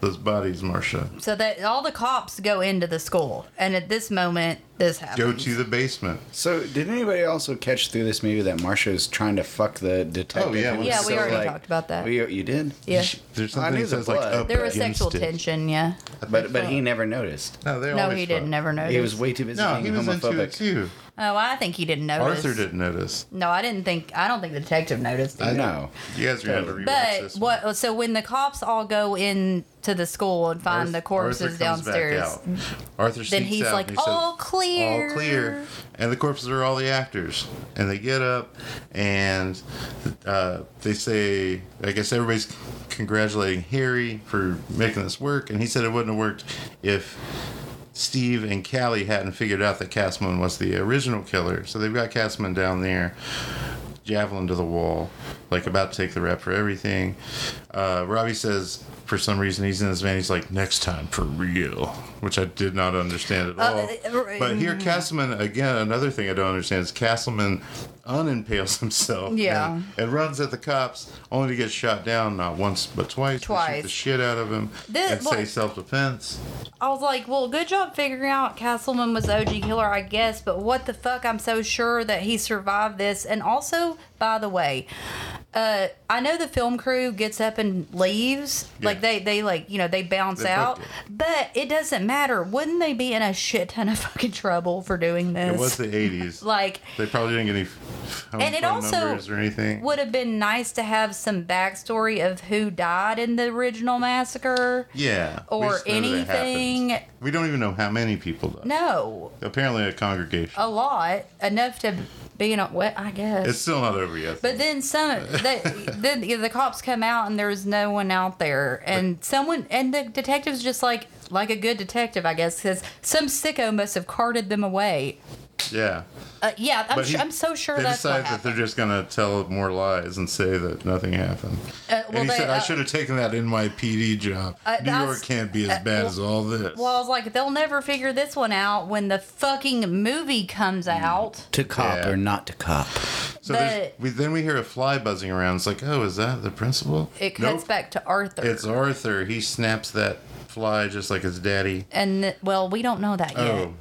S3: those bodies, Marcia.
S1: so that all the cops go into the school, and at this moment, this happens.
S3: Go to the basement.
S2: So, did anybody also catch through this movie that Marsha's trying to fuck the detective?
S3: Oh, yeah,
S2: who was
S3: we-
S1: Yeah, we
S2: so,
S1: already
S2: like-
S1: talked about that.
S2: We, you did?
S1: yeah,
S3: There's
S2: I
S3: something
S2: knew the
S3: that says like
S2: blood.
S3: up
S1: there was
S3: against
S1: sexual
S3: it.
S1: tension. Yeah,
S2: But but he never noticed.
S3: No, they
S1: no,
S3: always
S1: he
S3: fuck.
S1: didn't ever notice.
S2: He was way too busy
S3: No, he
S2: being
S3: was into it
S2: homophobic.
S3: too.
S1: Oh, I think he didn't notice.
S3: Arthur didn't notice.
S1: No, I didn't think. I don't think the detective noticed.
S2: I
S1: either.
S2: know.
S3: You guys are gonna have to rewatch
S1: But
S3: this.
S1: what? So when the cops all go in to the school and find the corpses downstairs,
S3: Arthur
S1: then
S3: sneaks
S1: he's
S3: out
S1: like,
S3: and he says,
S1: "All clear,
S3: all clear. And the corpses are all the actors. And they get up and uh, they say, I guess everybody's congratulating Harry for making this work. And he said it wouldn't have worked if Steve and Callie hadn't figured out that Castman was the original killer. So they've got Castman down there, javelin to the wall, like about to take the rap for everything. Uh, Robbie says, for some reason, he's in his van. He's like, next time for real, which I did not understand at all.
S1: uh, uh,
S3: but here, Castleman, again, another thing I don't understand is Castleman unimpales himself
S1: Yeah.
S3: and, and runs at the cops only to get shot down not once but twice. They shoot
S1: Twice.
S3: the shit out of him
S1: This-
S3: and say
S1: look-
S3: self defense.
S1: I was like, well, good job figuring out Castleman was the OG killer, I guess, but what the fuck? I'm so sure that he survived this. And also, by the way, uh, I know the film crew gets up and leaves. Like, they, they, like, you know, they bounce
S3: They
S1: out.
S3: booked it.
S1: But it doesn't matter. Wouldn't they be in a shit ton of fucking trouble for doing this?
S3: It was the 80s.
S1: like,
S3: They probably didn't get any phone,
S1: And it
S3: phone
S1: also
S3: numbers or anything.
S1: would have been nice to have some backstory of who died in the original massacre.
S3: yeah. we
S1: or
S3: just know that it
S1: anything.
S3: happened. We don't even know how many people died.
S1: No, Oh.
S3: Apparently a congregation.
S1: a lot enough to be in a wet, I guess.
S3: It's still not over yet.
S1: But then some, the, then the, the cops come out and there's no one out there, and someone and the detective's just like like a good detective, I guess, says some sicko must have carted them away.
S3: yeah.
S1: Uh, yeah, I'm,
S3: But
S1: su
S3: he-
S1: I'm so sure
S3: they
S1: that's what
S3: decide that they're
S1: happened.
S3: just going to tell more lies and say that nothing happened.
S1: Uh, well,
S3: and he
S1: they,
S3: said,
S1: uh,
S3: I should have taken that NYPD job.
S1: Uh,
S3: New
S1: that's-
S3: York can't be as
S1: uh,
S3: bad
S1: well-
S3: as all this.
S1: Well, I was like, they'll never figure this one out when the fucking movie comes
S3: Mm.
S1: out.
S2: To cop
S3: Yeah.
S2: or not to cop.
S3: so there's-
S1: but-
S3: we, then we hear a fly buzzing around. It's like, oh, is that the principal?
S1: It cuts
S3: Nope.
S1: back to Arthur,
S3: It's Arthur. He snaps that fly just like his daddy.
S1: and th- well, we don't know that yet.
S3: Oh,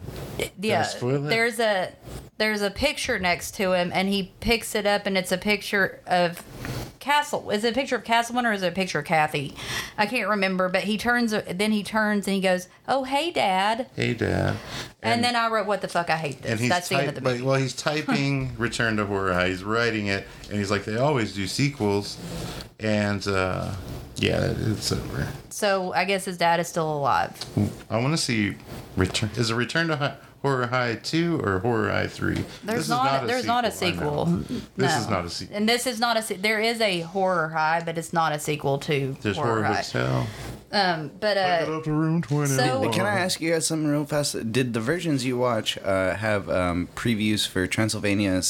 S1: yeah
S3: I spoil it?
S1: there's a there's a picture next to him and he picks it up and it's a picture of castle is it a picture of castleman or is it a picture of kathy i can't remember but he turns then he turns and he goes oh hey dad
S3: hey, dad.
S1: and, then i wrote what the fuck i hate this
S3: and he's
S1: that's the end
S3: type,
S1: of the
S3: but-
S1: movie
S3: well, he's typing Return to Horror High. He's writing it, and he's like, they always do sequels, and uh, yeah, it's over.
S1: so i guess his dad is still alive
S3: I want to see Return. Is it Return to Hi- Horror High two or Horror High three?
S1: there's not, there's not a
S3: I
S1: sequel
S3: know. This
S1: No.
S3: is not a sequel.
S1: and this is not a se- there is a horror high but it's not a sequel to
S3: There's
S1: horror,
S3: Horror
S1: high
S3: Hotel.
S1: but
S3: Get
S1: uh
S3: up to room twenty.
S1: so-
S2: Can I ask you guys something real fast? Did the versions you watch uh, have um, previews for Transylvania uh,
S1: No.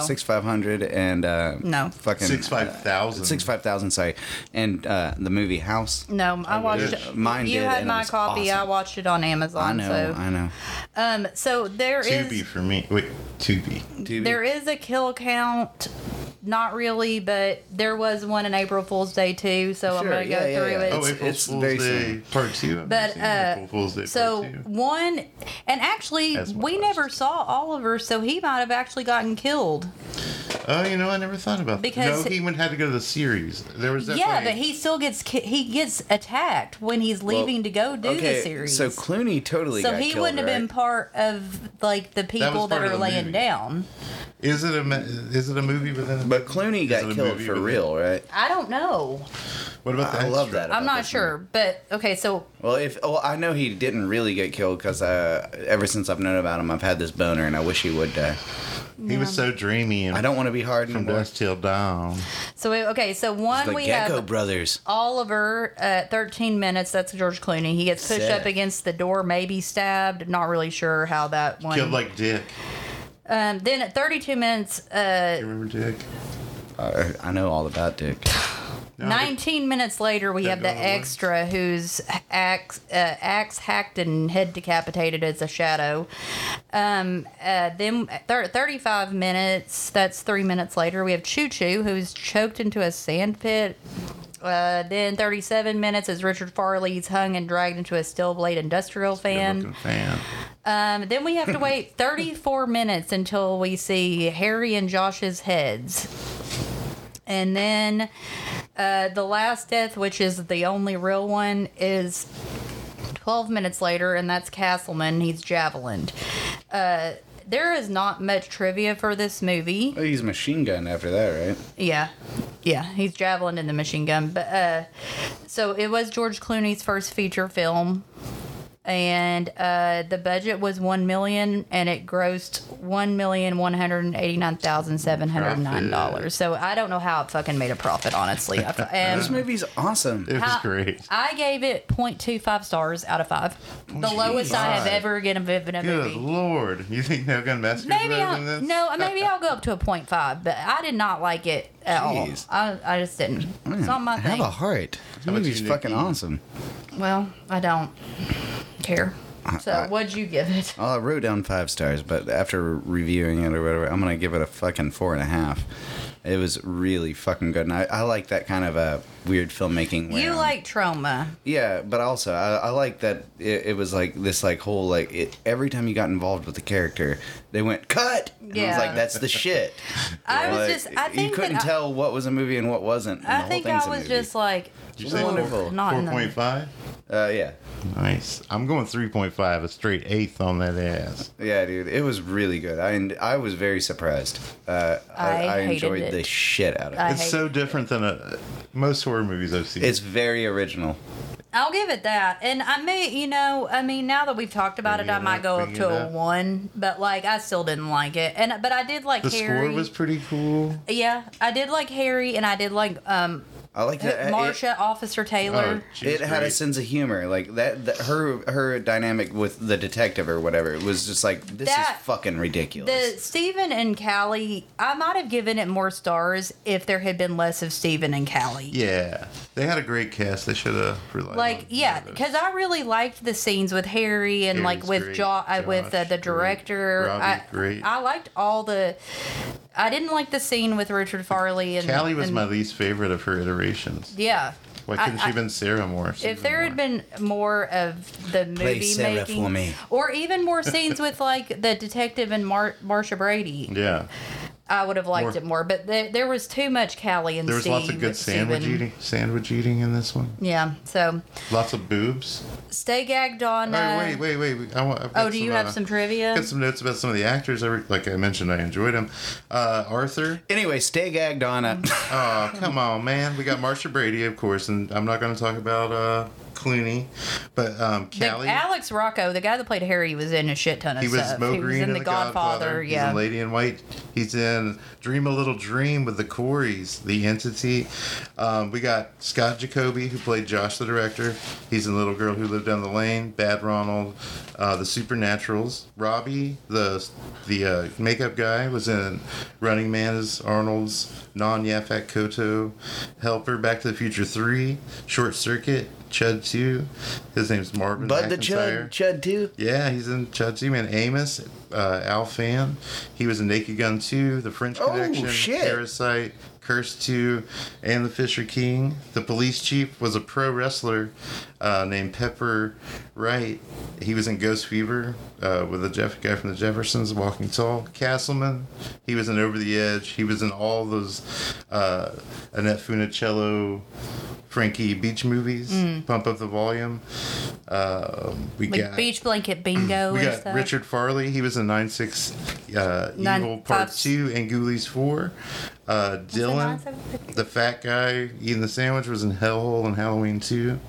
S2: 6500 and uh,
S1: No.
S2: fucking
S3: Six five thousand.
S2: Six five thousand, sorry, and uh, the movie House.
S1: no, I watched.
S3: wish.
S2: Mine
S1: you
S2: did,
S1: had
S2: and it
S1: my
S2: was
S1: copy. I
S2: awesome.
S1: watched it on Amazon.
S2: I know,
S1: so
S2: I know.
S1: Um, so there is
S3: Tubi for me. Wait, Tubi.
S2: Dude,
S1: there is a kill count. Not really, but there was one in April Fool's Day too, so I'm
S2: Sure,
S1: gonna go
S2: yeah, yeah,
S1: through
S2: yeah.
S1: it.
S3: Oh, April
S2: it's
S3: Fool's
S2: very
S3: Day
S2: similar.
S3: Part Two. I've
S1: but
S3: seen
S1: uh,
S3: April Fool's Day
S1: so
S3: Part Two.
S1: one, and actually
S3: That's my
S1: we
S3: last.
S1: never saw Oliver, so he might have actually gotten killed.
S3: Oh, you know, I never thought about
S1: Because-
S3: that. No, he would had to go to the series. There was definitely,
S1: yeah, but he still gets ki- he gets attacked when he's leaving to go do the series.
S2: So Clooney totally.
S1: So
S2: got
S1: he
S2: killed,
S1: wouldn't
S2: right?
S1: have been part of like the people that,
S3: part of
S1: are
S3: the
S1: laying
S3: movie.
S1: down.
S3: is it a ma- is it a movie within?
S2: But Clooney
S3: it
S2: got
S3: a
S2: killed
S3: movie
S2: for
S3: with
S2: real, right?
S1: I don't know.
S3: what about? The
S2: I love
S3: extra?
S2: that.
S1: I'm
S2: about
S1: not
S2: this
S1: sure, but okay. So
S2: Well, if well, I know he didn't really get killed because uh, ever since I've known about him, I've had this boner, and I wish he would die.
S3: He was so dreamy and
S2: I don't want to be hard
S3: from
S2: anymore.
S3: dusk till dawn.
S1: so okay. So one
S2: The
S1: we
S2: Gecko
S1: have
S2: Brothers.
S1: Oliver at 13 minutes. That's George Clooney. He gets pushed
S2: Sick.
S1: up against the door, maybe stabbed. Not really sure how that one.
S3: Killed like Dick.
S1: um, then at 32 minutes, uh,
S3: You remember Dick?
S2: Uh, I know all about Dick.
S1: Nineteen minutes later, we have the
S3: go on.
S1: extra who's axe, uh, axe hacked and head decapitated as a shadow. Um, uh, then thir- thirty-five minutes. That's three minutes later. We have Choo Choo, who's choked into a sand pit. Uh, then 37 minutes is Richard Farley's hung and dragged into a steel blade industrial fan.
S3: Looking fan.
S1: Um, then we have to wait 34 minutes until we see Harry and Josh's heads. And then uh, the last death, which is the only real one, is 12 minutes later, and that's Castleman. He's javelined. Uh, there is not much trivia for this movie.
S2: Well, he's machine gun after that, right?
S1: Yeah. Yeah, he's javelin in the machine gun. But uh so it was George Clooney's first feature film. And uh the budget was one million and it grossed one million one hundred and eighty nine thousand seven hundred nine dollars. So I don't know how it fucking made a profit, honestly. I,
S2: This
S3: Uh-huh.
S1: and
S2: movie's awesome.
S3: It was
S1: I-
S3: great.
S1: I gave it 0.25 stars out of five. The lowest I have
S3: Jeez.
S1: ever given a given a
S3: Good
S1: movie.
S3: lord. You think Nelgun Master's
S1: Maybe
S3: better
S1: I'll,
S3: than this?
S1: no, maybe I'll go up to a point five, but I did not like it at
S2: Jeez.
S1: all. I, I just didn't. It's not my
S2: Have
S1: thing.
S2: a heart. This
S3: about
S2: movie's
S3: you,
S2: fucking
S3: Nikki?
S2: awesome.
S1: Well, I don't care. So, what'd you give it?
S2: Well, Oh, I wrote down five stars, but after reviewing it or whatever, I'm gonna give it a fucking four and a half. It was really fucking good, and I, I like that kind of a weird filmmaking. where
S1: You
S2: I'm-
S1: like trauma.
S2: yeah, but also I, I like that it, it was like this like whole like it, every time you got involved with the character, they went cut. And I was
S1: Yeah.
S2: like, that's the shit.
S1: I was
S2: Like,
S1: just, I think
S2: you
S1: that
S2: couldn't
S1: I-
S2: tell what was a movie and what wasn't. And the
S1: I,
S2: whole
S1: think
S2: thing's
S1: I
S2: a
S1: was
S2: movie.
S1: just like,
S3: Did you say
S2: Wonderful.
S1: wonderful. Not in the-
S3: 4.5?
S2: uh, yeah,
S3: Nice. I'm going 3.5, a straight eighth on that ass.
S2: yeah, dude, it was really good. I I was very surprised. Uh, I,
S1: I
S2: I
S1: hated
S2: enjoyed
S1: it.
S2: the shit out of it.
S1: I
S3: It's
S1: hate
S3: so
S1: it.
S3: different than a, most horror movies I've seen.
S2: It's very original.
S1: I'll give it that. And I may, you know, I mean, now that we've talked about it,
S3: Bring
S1: I
S3: it
S1: might
S3: up,
S1: go up
S3: bring
S1: to
S3: it
S1: a
S3: up.
S1: one, but like, I still didn't like it. And, but I did like
S3: the
S1: Harry.
S3: score was pretty cool.
S1: yeah, I did like Harry and I did like, um,
S2: I like that. uh, it-
S1: Marsha, Officer Taylor.
S3: Oh, she was
S2: It had a
S3: great.
S2: sense of humor, like that. that her her dynamic with the detective or whatever was just like this is
S1: That-
S2: fucking
S1: The
S2: ridiculous.
S1: Steven and Callie, I might have given it more stars if there had been less of Steven and Callie.
S3: Yeah, they had a great cast. They should have relied.
S1: like
S3: on
S1: yeah
S3: more of it.
S1: because i really liked the scenes with harry and like
S3: Harry's
S1: with
S3: great,
S1: jo- uh, with uh,
S3: Josh
S1: the
S3: great,
S1: director
S3: Robbie
S1: I,
S3: great.
S1: I liked all the i didn't like the scene with richard farley and
S3: Callie was
S1: and-
S3: my least favorite of her iterations.
S1: yeah
S3: Why
S1: I-
S3: couldn't she
S1: I-
S3: have been Sarah more? She
S1: if
S3: was
S1: there
S3: more-
S1: had been more of the movie
S2: Play Sarah
S1: making,
S2: for me.
S1: or even more scenes with like the detective and Mar- Marsha Brady,
S3: yeah,
S1: I would have liked
S3: More-
S1: it more. But th- there was too much Callie and
S3: there was
S1: Steve.
S3: lots of good sandwich
S1: Steven.
S3: eating. Sandwich eating in this one.
S1: Yeah, so
S3: Lots of boobs.
S1: stay gagged on.
S3: Oh
S1: uh,
S3: wait, wait, wait. wait. I want, I've got
S1: Oh, do you
S3: uh,
S1: have some trivia?
S3: Got some notes about some of the actors. I re- like I mentioned, I enjoyed them. Uh, Arthur.
S2: anyway, stay gagged on it.
S3: Oh, come on, man. We got Marsha Brady, of course, and I'm not going to talk about uh, Clooney, but um,
S1: The-
S3: Callie.
S1: Alex Rocco, the guy that played Harry, was in a shit ton of
S3: He was
S1: stuff.
S3: Mo
S1: he was
S3: Green
S1: in The, Godfather.
S3: He's
S1: yeah.
S3: in Lady in White. He's in Dream a Little Dream with the Coreys, the entity. Um, we got Scott Jacoby, who played Josh the director. He's in Little Girl Who Lived Down the Lane, Bad Ronald, uh, The Supernaturals. Robbie, the the uh, makeup guy, was in Running Man as Arnold's non Yafak Koto helper, Back to the Future 3, Short Circuit, Chud 2. His name's Marvin.
S2: Bud the
S3: McIntyre.
S2: Chud, Chud too.
S3: Yeah, he's in Chudzy Man Amos, uh, Al Fan. He was in Naked Gun 2, The French
S2: Oh,
S3: Connection,
S2: shit.
S3: Parasite, Curse 2, and The Fisher King. The police chief was a pro wrestler uh, named Pepper Wright. He was in Ghost Fever uh, with the Jeff guy from the Jeffersons, Walking Tall. Castleman, he was in Over the Edge. He was in all those uh, Annette Funicello, Frankie Beach movies,
S2: Mm.
S3: Pump Up the Volume. Uh, we
S1: Like
S3: got
S1: Beach Blanket Bingo
S3: we
S1: and
S3: got
S1: stuff.
S3: Richard Farley. He was in Nine Six uh,
S1: Nine-
S3: Evil Part
S1: five-
S3: Two and Ghoulies Four. Uh, Dylan,
S1: Nine Six-
S3: the fat guy eating the sandwich, was in Hellhole and Halloween Two.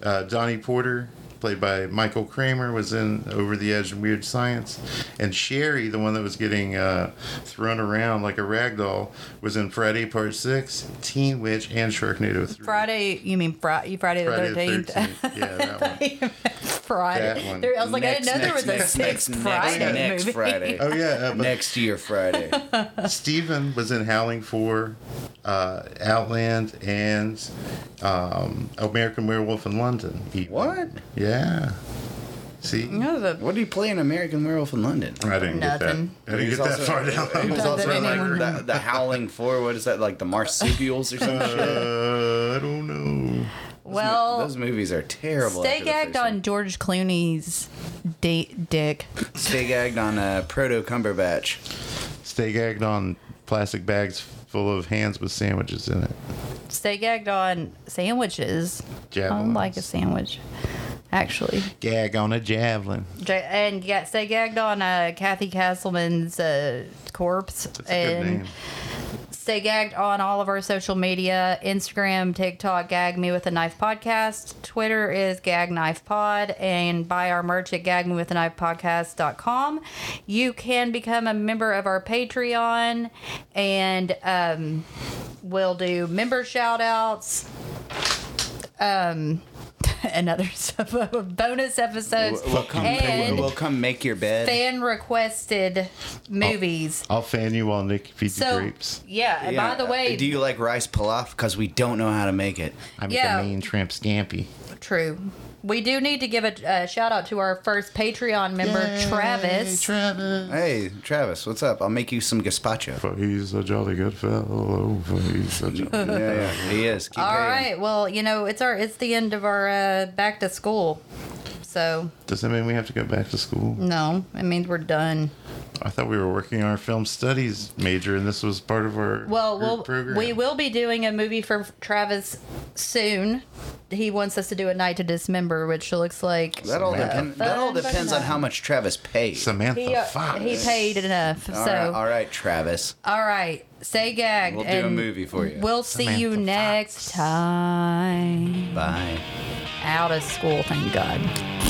S3: Uh, Donnie Porter, played by Michael Kramer, was in Over the Edge and Weird Science. And Sherry, the one that was getting uh, thrown around like a rag doll, was in Friday Part Six, Teen Witch, and Sharknado Three.
S1: Friday, you mean Friday? Friday the
S3: Friday the
S1: Thirteenth?
S3: 13th. Yeah, that one.
S1: Friday.
S3: That one.
S1: There, I was like,
S2: next,
S1: I didn't know there was
S2: next,
S1: a
S2: next,
S1: sixth
S2: next,
S1: Friday
S2: Next,
S1: movie.
S2: Friday.
S3: Oh yeah, uh, but
S2: next year Friday.
S3: Steven was in Howling for uh, Outland and um, American Werewolf in London. even.
S2: What?
S3: Yeah. See,
S1: No, the-
S2: What do you play in American Werewolf in London?
S3: I
S1: Nothing.
S3: didn't get that. I
S2: He
S3: didn't
S2: was
S3: get that
S2: also-
S3: far
S2: He was
S3: down.
S2: also in,
S1: anyone
S2: like the, the Howling Four. What is that? Like the marsupials or some shit.
S3: Uh, I don't know.
S2: those
S1: well,
S2: movies are terrible.
S1: stay
S2: after the
S1: gagged
S2: first
S1: on
S2: one.
S1: George Clooney's date dick.
S2: Stay gagged on uh, Proto Cumberbatch.
S3: Stay gagged on plastic bags full of hands with sandwiches in it.
S1: Stay gagged on sandwiches. I
S3: Javelins.
S1: don't like a sandwich, actually.
S3: Gag on a javelin.
S1: J- and yeah, stay gagged on uh, Kathy Castleman's uh, corpse.
S3: That's a
S1: and
S3: good name.
S1: Stay gagged on all of our social media Instagram, TikTok, Gag Me With a Knife Podcast. Twitter is Gag Knife Pod. And buy our merch at gagmewithaknifepodcast.com. You can become a member of our Patreon and um, we'll do member shout outs. Um, and other stuff, bonus episodes,
S2: We'll come,
S1: and
S2: we'll come make your bed.
S1: fan requested movies.
S3: I'll fan you while Nick feeds you
S1: So
S3: Oh, grapes.
S1: yeah, and
S2: Yeah. uh,
S1: by the way,
S2: do you like rice pilaf? Because we don't know how to make it.
S3: I make
S1: yeah.
S3: a main shrimp scampi.
S1: true. We do need to give a uh, shout out to our first Patreon member,
S3: Yay,
S1: Travis. Mm-hmm.
S3: Travis.
S2: Hey, Travis, what's up? I'll make you some gazpacho.
S3: But he's a jolly good fellow. but He's a jolly
S2: yeah, yeah, he is. Keep
S1: All
S2: paying.
S1: right. Well, you know, it's our it's the end of our uh, back to school. So
S3: Does that mean we have to go back to school?
S1: no, it means we're done.
S3: I thought we were working our film studies major, and this was part of our
S1: Well,
S3: group
S1: we'll
S3: program.
S1: we will be doing a movie for Travis soon. He wants us to do a night to dismember, which looks like
S2: That all,
S3: Samantha.
S2: depend, that all depends on how much Travis pays.
S3: Samantha
S1: he, uh,
S3: Fox.
S1: he paid enough.
S2: All
S1: so
S2: right, all right, Travis.
S1: All right, stay gagged.
S2: We'll do a
S1: and
S2: movie for you.
S1: We'll see you
S3: Samantha
S1: next
S3: Fox.
S1: time.
S2: Bye.
S1: Out of school, thank God.